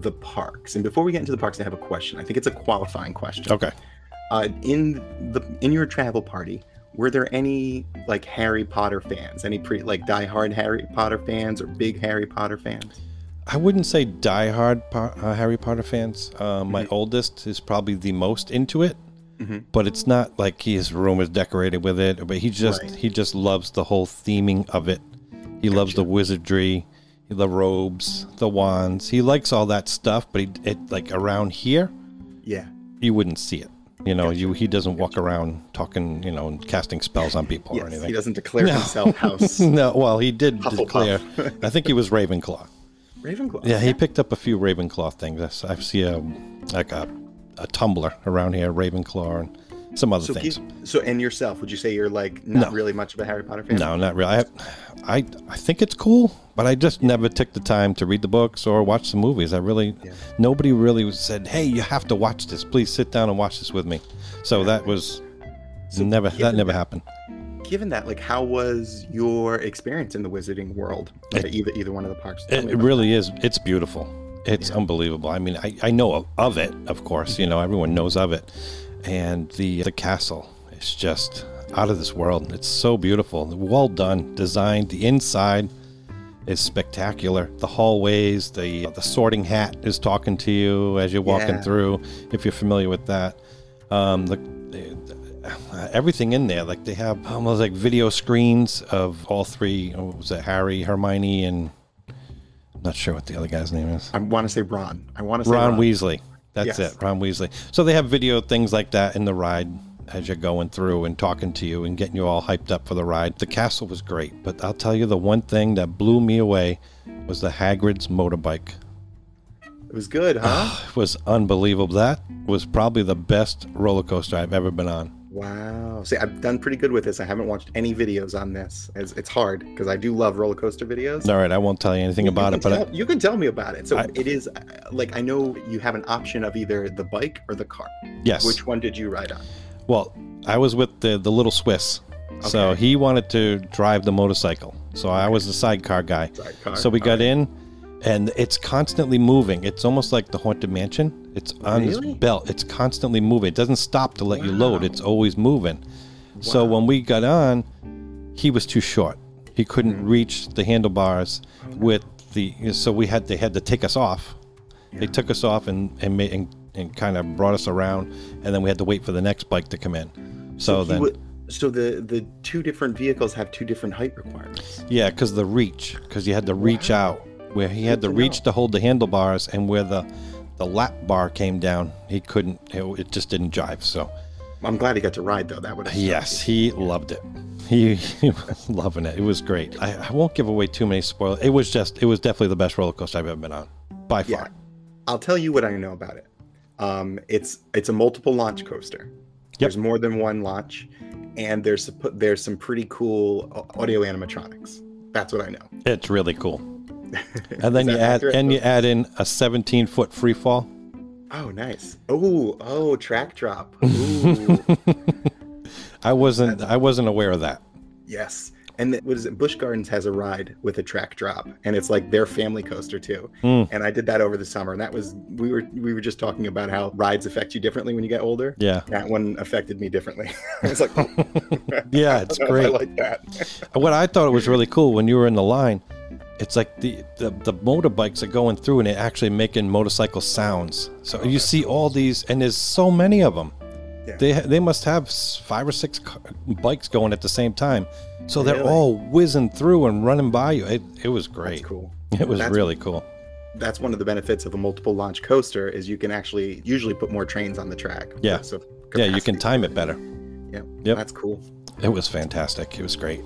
the parks. And before we get into the parks, I have a question. I think it's a qualifying question.
Okay.
Uh, in the in your travel party, were there any like Harry Potter fans? Any pre like diehard Harry Potter fans or big Harry Potter fans?
I wouldn't say diehard po- uh, Harry Potter fans. Uh, my
Mm-hmm.
oldest is probably the most into it, but it's not like his room is decorated with it. But he just
Right.
he just loves the whole theming of it. He loves the wizardry, the robes, the wands. He likes all that stuff. But he, it like around here,
Yeah.
you wouldn't see it. You know, you he doesn't walk around talking, you know, and casting spells on people or
Yes.
anything.
He doesn't declare himself house
No, well, he did declare.
Hufflepuff.
I think he was Ravenclaw.
Ravenclaw.
Yeah, he picked up a few Ravenclaw things. I s- I see a like a, a tumbler around here, Ravenclaw, and some other
So,
things.
keep- so and yourself, would you say you're like not
No.
really much of a Harry Potter fan?
No, not really. I, I I think it's cool, but I just never took the time to read the books or watch the movies. I really nobody really said, "Hey, you have to watch this. Please sit down and watch this with me." So that was never that
given
never happened.
Given that, like, how was your experience in the Wizarding world? Like, either either one of the parks. Tell
It,
me
it
about
really is. It's beautiful. It's unbelievable. I mean, I, I know of, of it, of course. You know, everyone knows of it. And the the castle is just out of this world. It's so beautiful. Well done, designed. The inside is spectacular. The hallways, the the sorting hat is talking to you as you're walking
Yeah.
through. If you're familiar with that, um, the, the uh, everything in there. Like they have almost like video screens of all three. What was it Harry, Hermione, and I'm not sure what the other guy's name is.
I want to say Ron. I want to say
Ron,
Ron.
Weasley.
Yes.
That's it, Ron Weasley. So they have video things like that in the ride as you're going through and talking to you and getting you all hyped up for the ride. The castle was great, but I'll tell you the one thing that blew me away was the Hagrid's motorbike.
was good, huh?
It was unbelievable. That was probably the best roller coaster I've ever been on.
wow. See, I've done pretty good with this. I haven't watched any videos on this. It's, it's hard because I do love roller coaster videos.
All right, I won't tell you anything about
you
it,
can
but I,
tell, you can tell me about it. So
I-
it is uh, like I know you have an option of either the bike or the car.
yes.
Which one did you ride on?
Well, I was with the the little Swiss, so
Okay.
he wanted to drive the motorcycle. So I was the sidecar guy.
Sidecar,
So we
all
got
right.
in, and it's constantly moving. It's almost like the haunted mansion. It's on
Really?
his belt. It's constantly moving. It doesn't stop to let you load. It's always moving. So when we got on, he was too short. He couldn't
Mm.
reach the handlebars with the. So we had they had to take us off. They took us off and and, made, and and kind of brought us around, and then we had to wait for the next bike to come in. So,
He
then,
wa- so the the two different vehicles have two different height requirements.
yeah, because the reach, because you had to reach out where he had to reach to hold the handlebars, and where the the lap bar came down, he couldn't. It, it just didn't jive. So
I'm glad he got to ride though. That would have
yes, he loved it. He, he was loving it. It was great. I, I won't give away too many spoilers. It was just, it was definitely the best roller coaster I've ever been on, by far.
Yeah. I'll tell you what I know about it. Um, it's it's a multiple launch coaster. There's more than one launch, and there's suppo- there's some pretty cool au- audio animatronics. That's what I know.
It's really cool. And then
Is
you
that
add
accurate?
and you add in a 17 foot free fall.
Oh, nice. Oh, oh, track drop. Ooh,
I wasn't I wasn't aware of that.
yes. And the, what is it? Bush Gardens has a ride with a track drop, and it's like their family coaster too.
Hmm.
And I did that over the summer, and that was we were we were just talking about how rides affect you differently when you get older.
Yeah.
That one affected me differently. I was like, oh.
Yeah, it's
I
great.
like that.
What I thought was really cool when you were in the line, it's like the the, the motorbikes are going through and it actually making motorcycle sounds. So you see all these and there's so many of them.
Yeah.
They ha- they must have s- five or six ca- bikes going at the same time. So they're
Really?
all whizzing through and running by you. It, it was great.
cool.
It was
That's-
really cool.
that's one of the benefits of a multiple launch coaster is you can actually usually put more trains on the track.
Yeah.
So
Yeah, you can
capacity.
time it better.
Yeah.
Yep.
That's cool.
It was fantastic. It was great.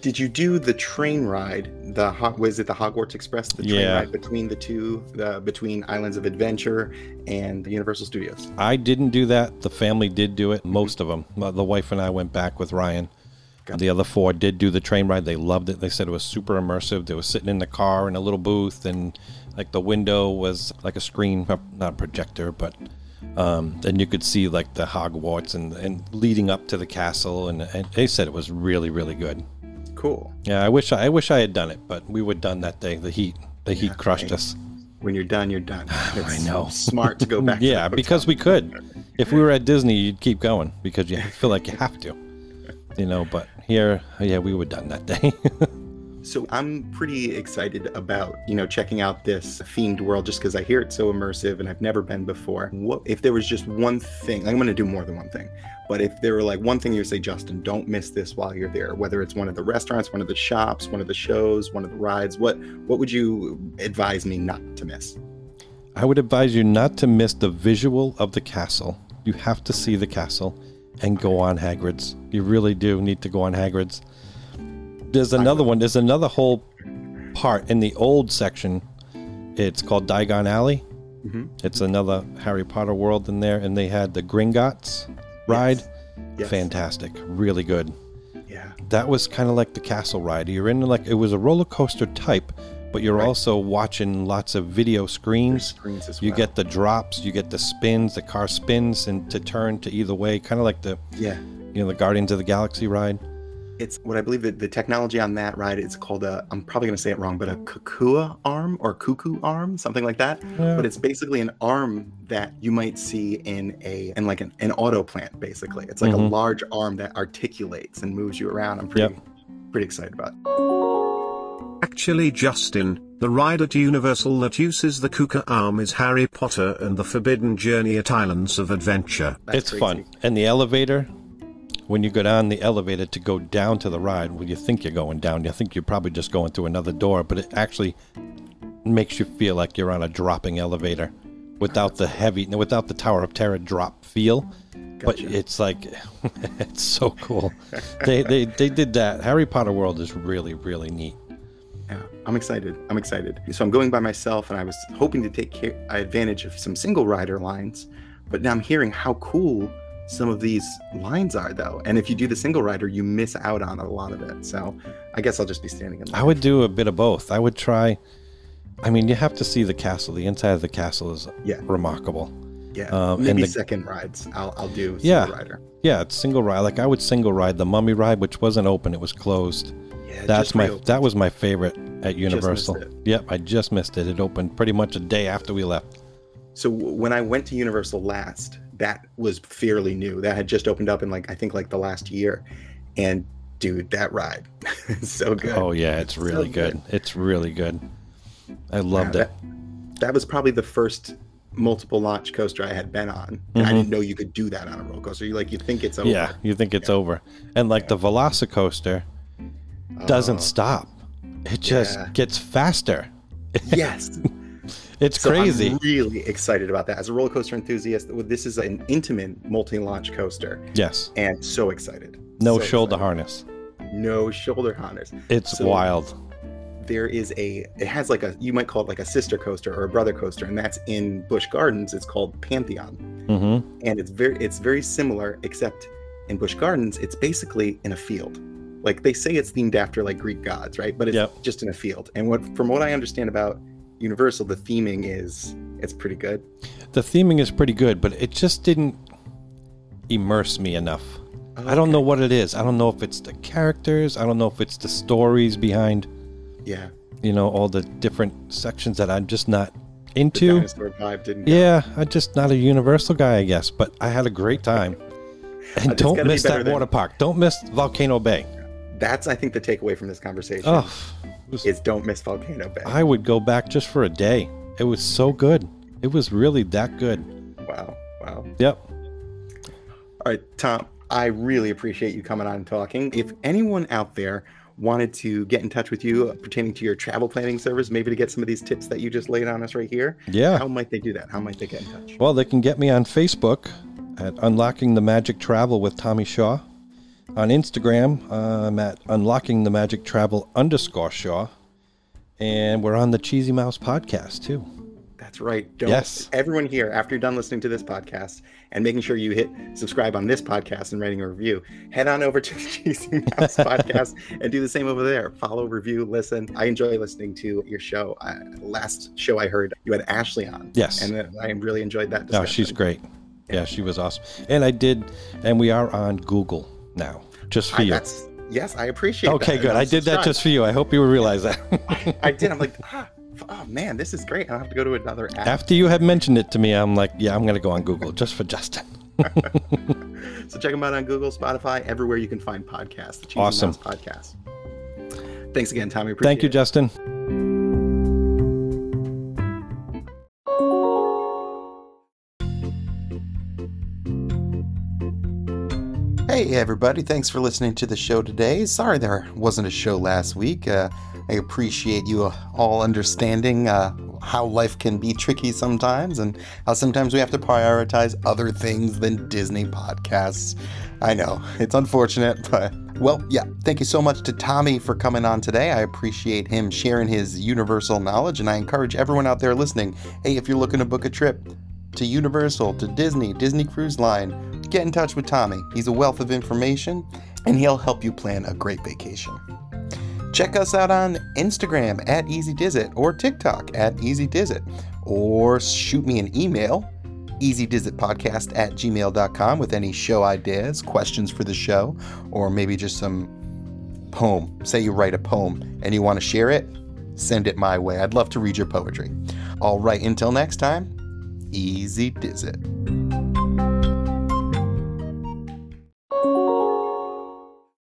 Did you do the train ride? The Ho- was it the Hogwarts Express? The train
Yeah.
ride between the two, the between Islands of Adventure and the Universal Studios.
I didn't do that. The family did do it. Most of them. The wife and I went back with Ryan. The other four did do the train ride. They loved it. They said it was super immersive. They were sitting in the car in a little booth, and like the window was like a screen, not a projector, but um, and you could see like the Hogwarts and and leading up to the castle. And, and they said it was really really good.
Cool.
Yeah, I wish I, I wish I had done it, but we were done that day. The heat the heat crushed us.
When you're done, you're done. It's
know.
Smart to go back. to the
Yeah,
hotel.
because we could. If we were at Disney, you'd keep going because you feel like you have to. You know, but here, yeah, we were done that day.
So I'm pretty excited about, you know, checking out this themed world just because I hear it's so immersive and I've never been before. What if there was just one thing? I'm going to do more than one thing. But if there were like one thing you would say, Justin, don't miss this while you're there, whether it's one of the restaurants, one of the shops, one of the shows, one of the rides, what what would you advise me not to miss?
I would advise you not to miss the visual of the castle. You have to see the castle and go on Hagrid's. You really do need to go on Hagrid's. There's another one. There's another whole part in the old section. It's called Diagon Alley. It's another Harry Potter world in there, and they had the Gringotts ride.
Yes.
Fantastic, really good.
Yeah.
That was kind of like the castle ride. You're in like it was a roller coaster type, but you're also watching lots of video screens.
screens as
you
well.
get the drops, you get the spins, the car spins and to turn to either way, kind of like the
Yeah.
you know the Guardians of the Galaxy ride.
It's what I believe that the technology on that ride is called a, I'm probably going to say it wrong, but a kukua arm or cuckoo arm, something like that. But it's basically an arm that you might see in a, in like an, an auto plant, basically. It's like a large arm that articulates and moves you around. I'm pretty,
Mm-hmm. Yep.
pretty excited about it.
Actually, Justin, the ride at Universal that uses the Kuka arm is Harry Potter and the Forbidden Journey at Islands of Adventure.
That's
it's
crazy.
fun. And the elevator, when you go down the elevator to go down to the ride, when you think you're going down, you think you're probably just going through another door, but it actually makes you feel like you're on a dropping elevator without the heavy, without the Tower of Terror drop feel. But it's like, it's so cool. they, they, they did that. Harry Potter World is really, really neat.
Yeah, I'm excited. I'm excited. So I'm going by myself, and I was hoping to take care, advantage of some single rider lines, but now I'm hearing how cool some of these lines are, though. And if you do the single rider, you miss out on a lot of it. So I guess I'll just be standing in line.
I would do a bit of both. I would try. I mean, you have to see the castle. The inside of the castle is
Yeah.
remarkable.
yeah,
um, and
maybe
the-
second rides. I'll I'll do single
Yeah.
rider.
Yeah, it's single ride. Like I would single ride the mummy ride, which wasn't open; it was closed.
Yeah,
That's
just
my
reopened.
that was my favorite at Universal.
it.
Yep, I just missed it. It opened pretty much a day after we left.
So w- when I went to Universal last, that was fairly new. That had just opened up in like I think like the last year, and dude, that ride, is so good.
Oh yeah, it's really
so
good.
good.
It's really good. I loved
Yeah,
it.
That, that was probably the first multiple launch coaster I had been on. And I didn't know you could do that on a roller coaster. You like you think it's over.
Mm-hmm. Yeah, you think it's over, and like the Velocicoaster doesn't stop. It just
Uh-huh. yeah.
gets faster.
Yes.
It's
So
crazy.
I'm really excited about that. As a roller coaster enthusiast, this is an intimate multi-launch coaster,
yes,
and so excited.
no
So
shoulder harness.
excited. no shoulder harness.
It's
So-
wild.
there is a it has like a you might call it like a sister coaster or a brother coaster and that's in bush gardens it's called pantheon
Mm-hmm.
and it's very it's very similar except in bush gardens it's basically in a field like they say it's themed after like greek gods right but it's
Yep.
just in a field and what from what i understand about universal the theming is it's pretty good
The theming is pretty good, but it just didn't immerse me enough. I don't know what it is. I don't know if it's the characters. I don't know if it's the stories behind,
yeah
you know, all the different sections that I'm just not
the
into.
dinosaur vibe didn't go.
Yeah, I'm just not a universal guy, I guess, but I had a great time. And
it's
don't
gotta be
miss that
better than-
water park. Don't miss Volcano Bay.
that's i think the takeaway from this conversation
Oh,
is don't miss volcano bay
I would go back just for a day. It was so good. It was really that good.
wow wow
Yep.
All right, Tom, I really appreciate you coming on and talking. If anyone out there wanted to get in touch with you pertaining to your travel planning service, maybe to get some of these tips that you just laid on us right here,
Yeah.
how might they do that? How might they get in touch?
Well, they can get me on Facebook at Unlocking the Magic Travel with Tommy Shaw. On Instagram, I'm at Unlocking the Magic Travel underscore Shaw. And we're on the Cheesy Mouse podcast too.
That's right. Don't,
Yes.
Everyone here, after you're done listening to this podcast and making sure you hit subscribe on this podcast and writing a review, head on over to the GC Mouse podcast and do the same over there. Follow, review, listen. I enjoy listening to your show. Uh, last show I heard, you had Ashley on.
Yes.
And then I really enjoyed that
No,
discussion.
she's great. Yeah, she was awesome. And I did, and we are on Google now, just for
I-
you.
that's- yes, I appreciate.
Okay,
that.
good.
And
I
I'm
did that
subscribed.
just for you. I hope you realize that.
I did. I'm like, ah, f- oh man, this is great. I don't have to go to another app.
After you had mentioned it to me, I'm like, yeah, I'm going to go on Google just for Justin.
So check them out on Google, Spotify, everywhere you can find podcasts. The Cheese and
Awesome.
Mouse podcast. Thanks again, Tommy. Appreciate
Thank you,
it.
Justin.
Hey, everybody. Thanks for listening to the show today. Sorry there wasn't a show last week. Uh, I appreciate you uh, all understanding uh, how life can be tricky sometimes and how sometimes we have to prioritize other things than Disney podcasts. I know, it's unfortunate, but. Well, yeah, thank you so much to Tommy for coming on today. I appreciate him sharing his universal knowledge, and I encourage everyone out there listening hey, if you're looking to book a trip, to Universal, to Disney, Disney Cruise Line. Get in touch with Tommy. He's a wealth of information and he'll help you plan a great vacation. Check us out on Instagram at EasyDizit or TikTok at EasyDizit or shoot me an email easydizitpodcast at gmail.com with any show ideas, questions for the show, or maybe just some poem. Say you write a poem and you want to share it, send it my way. I'd love to read your poetry. All right, until next time, easy diz it.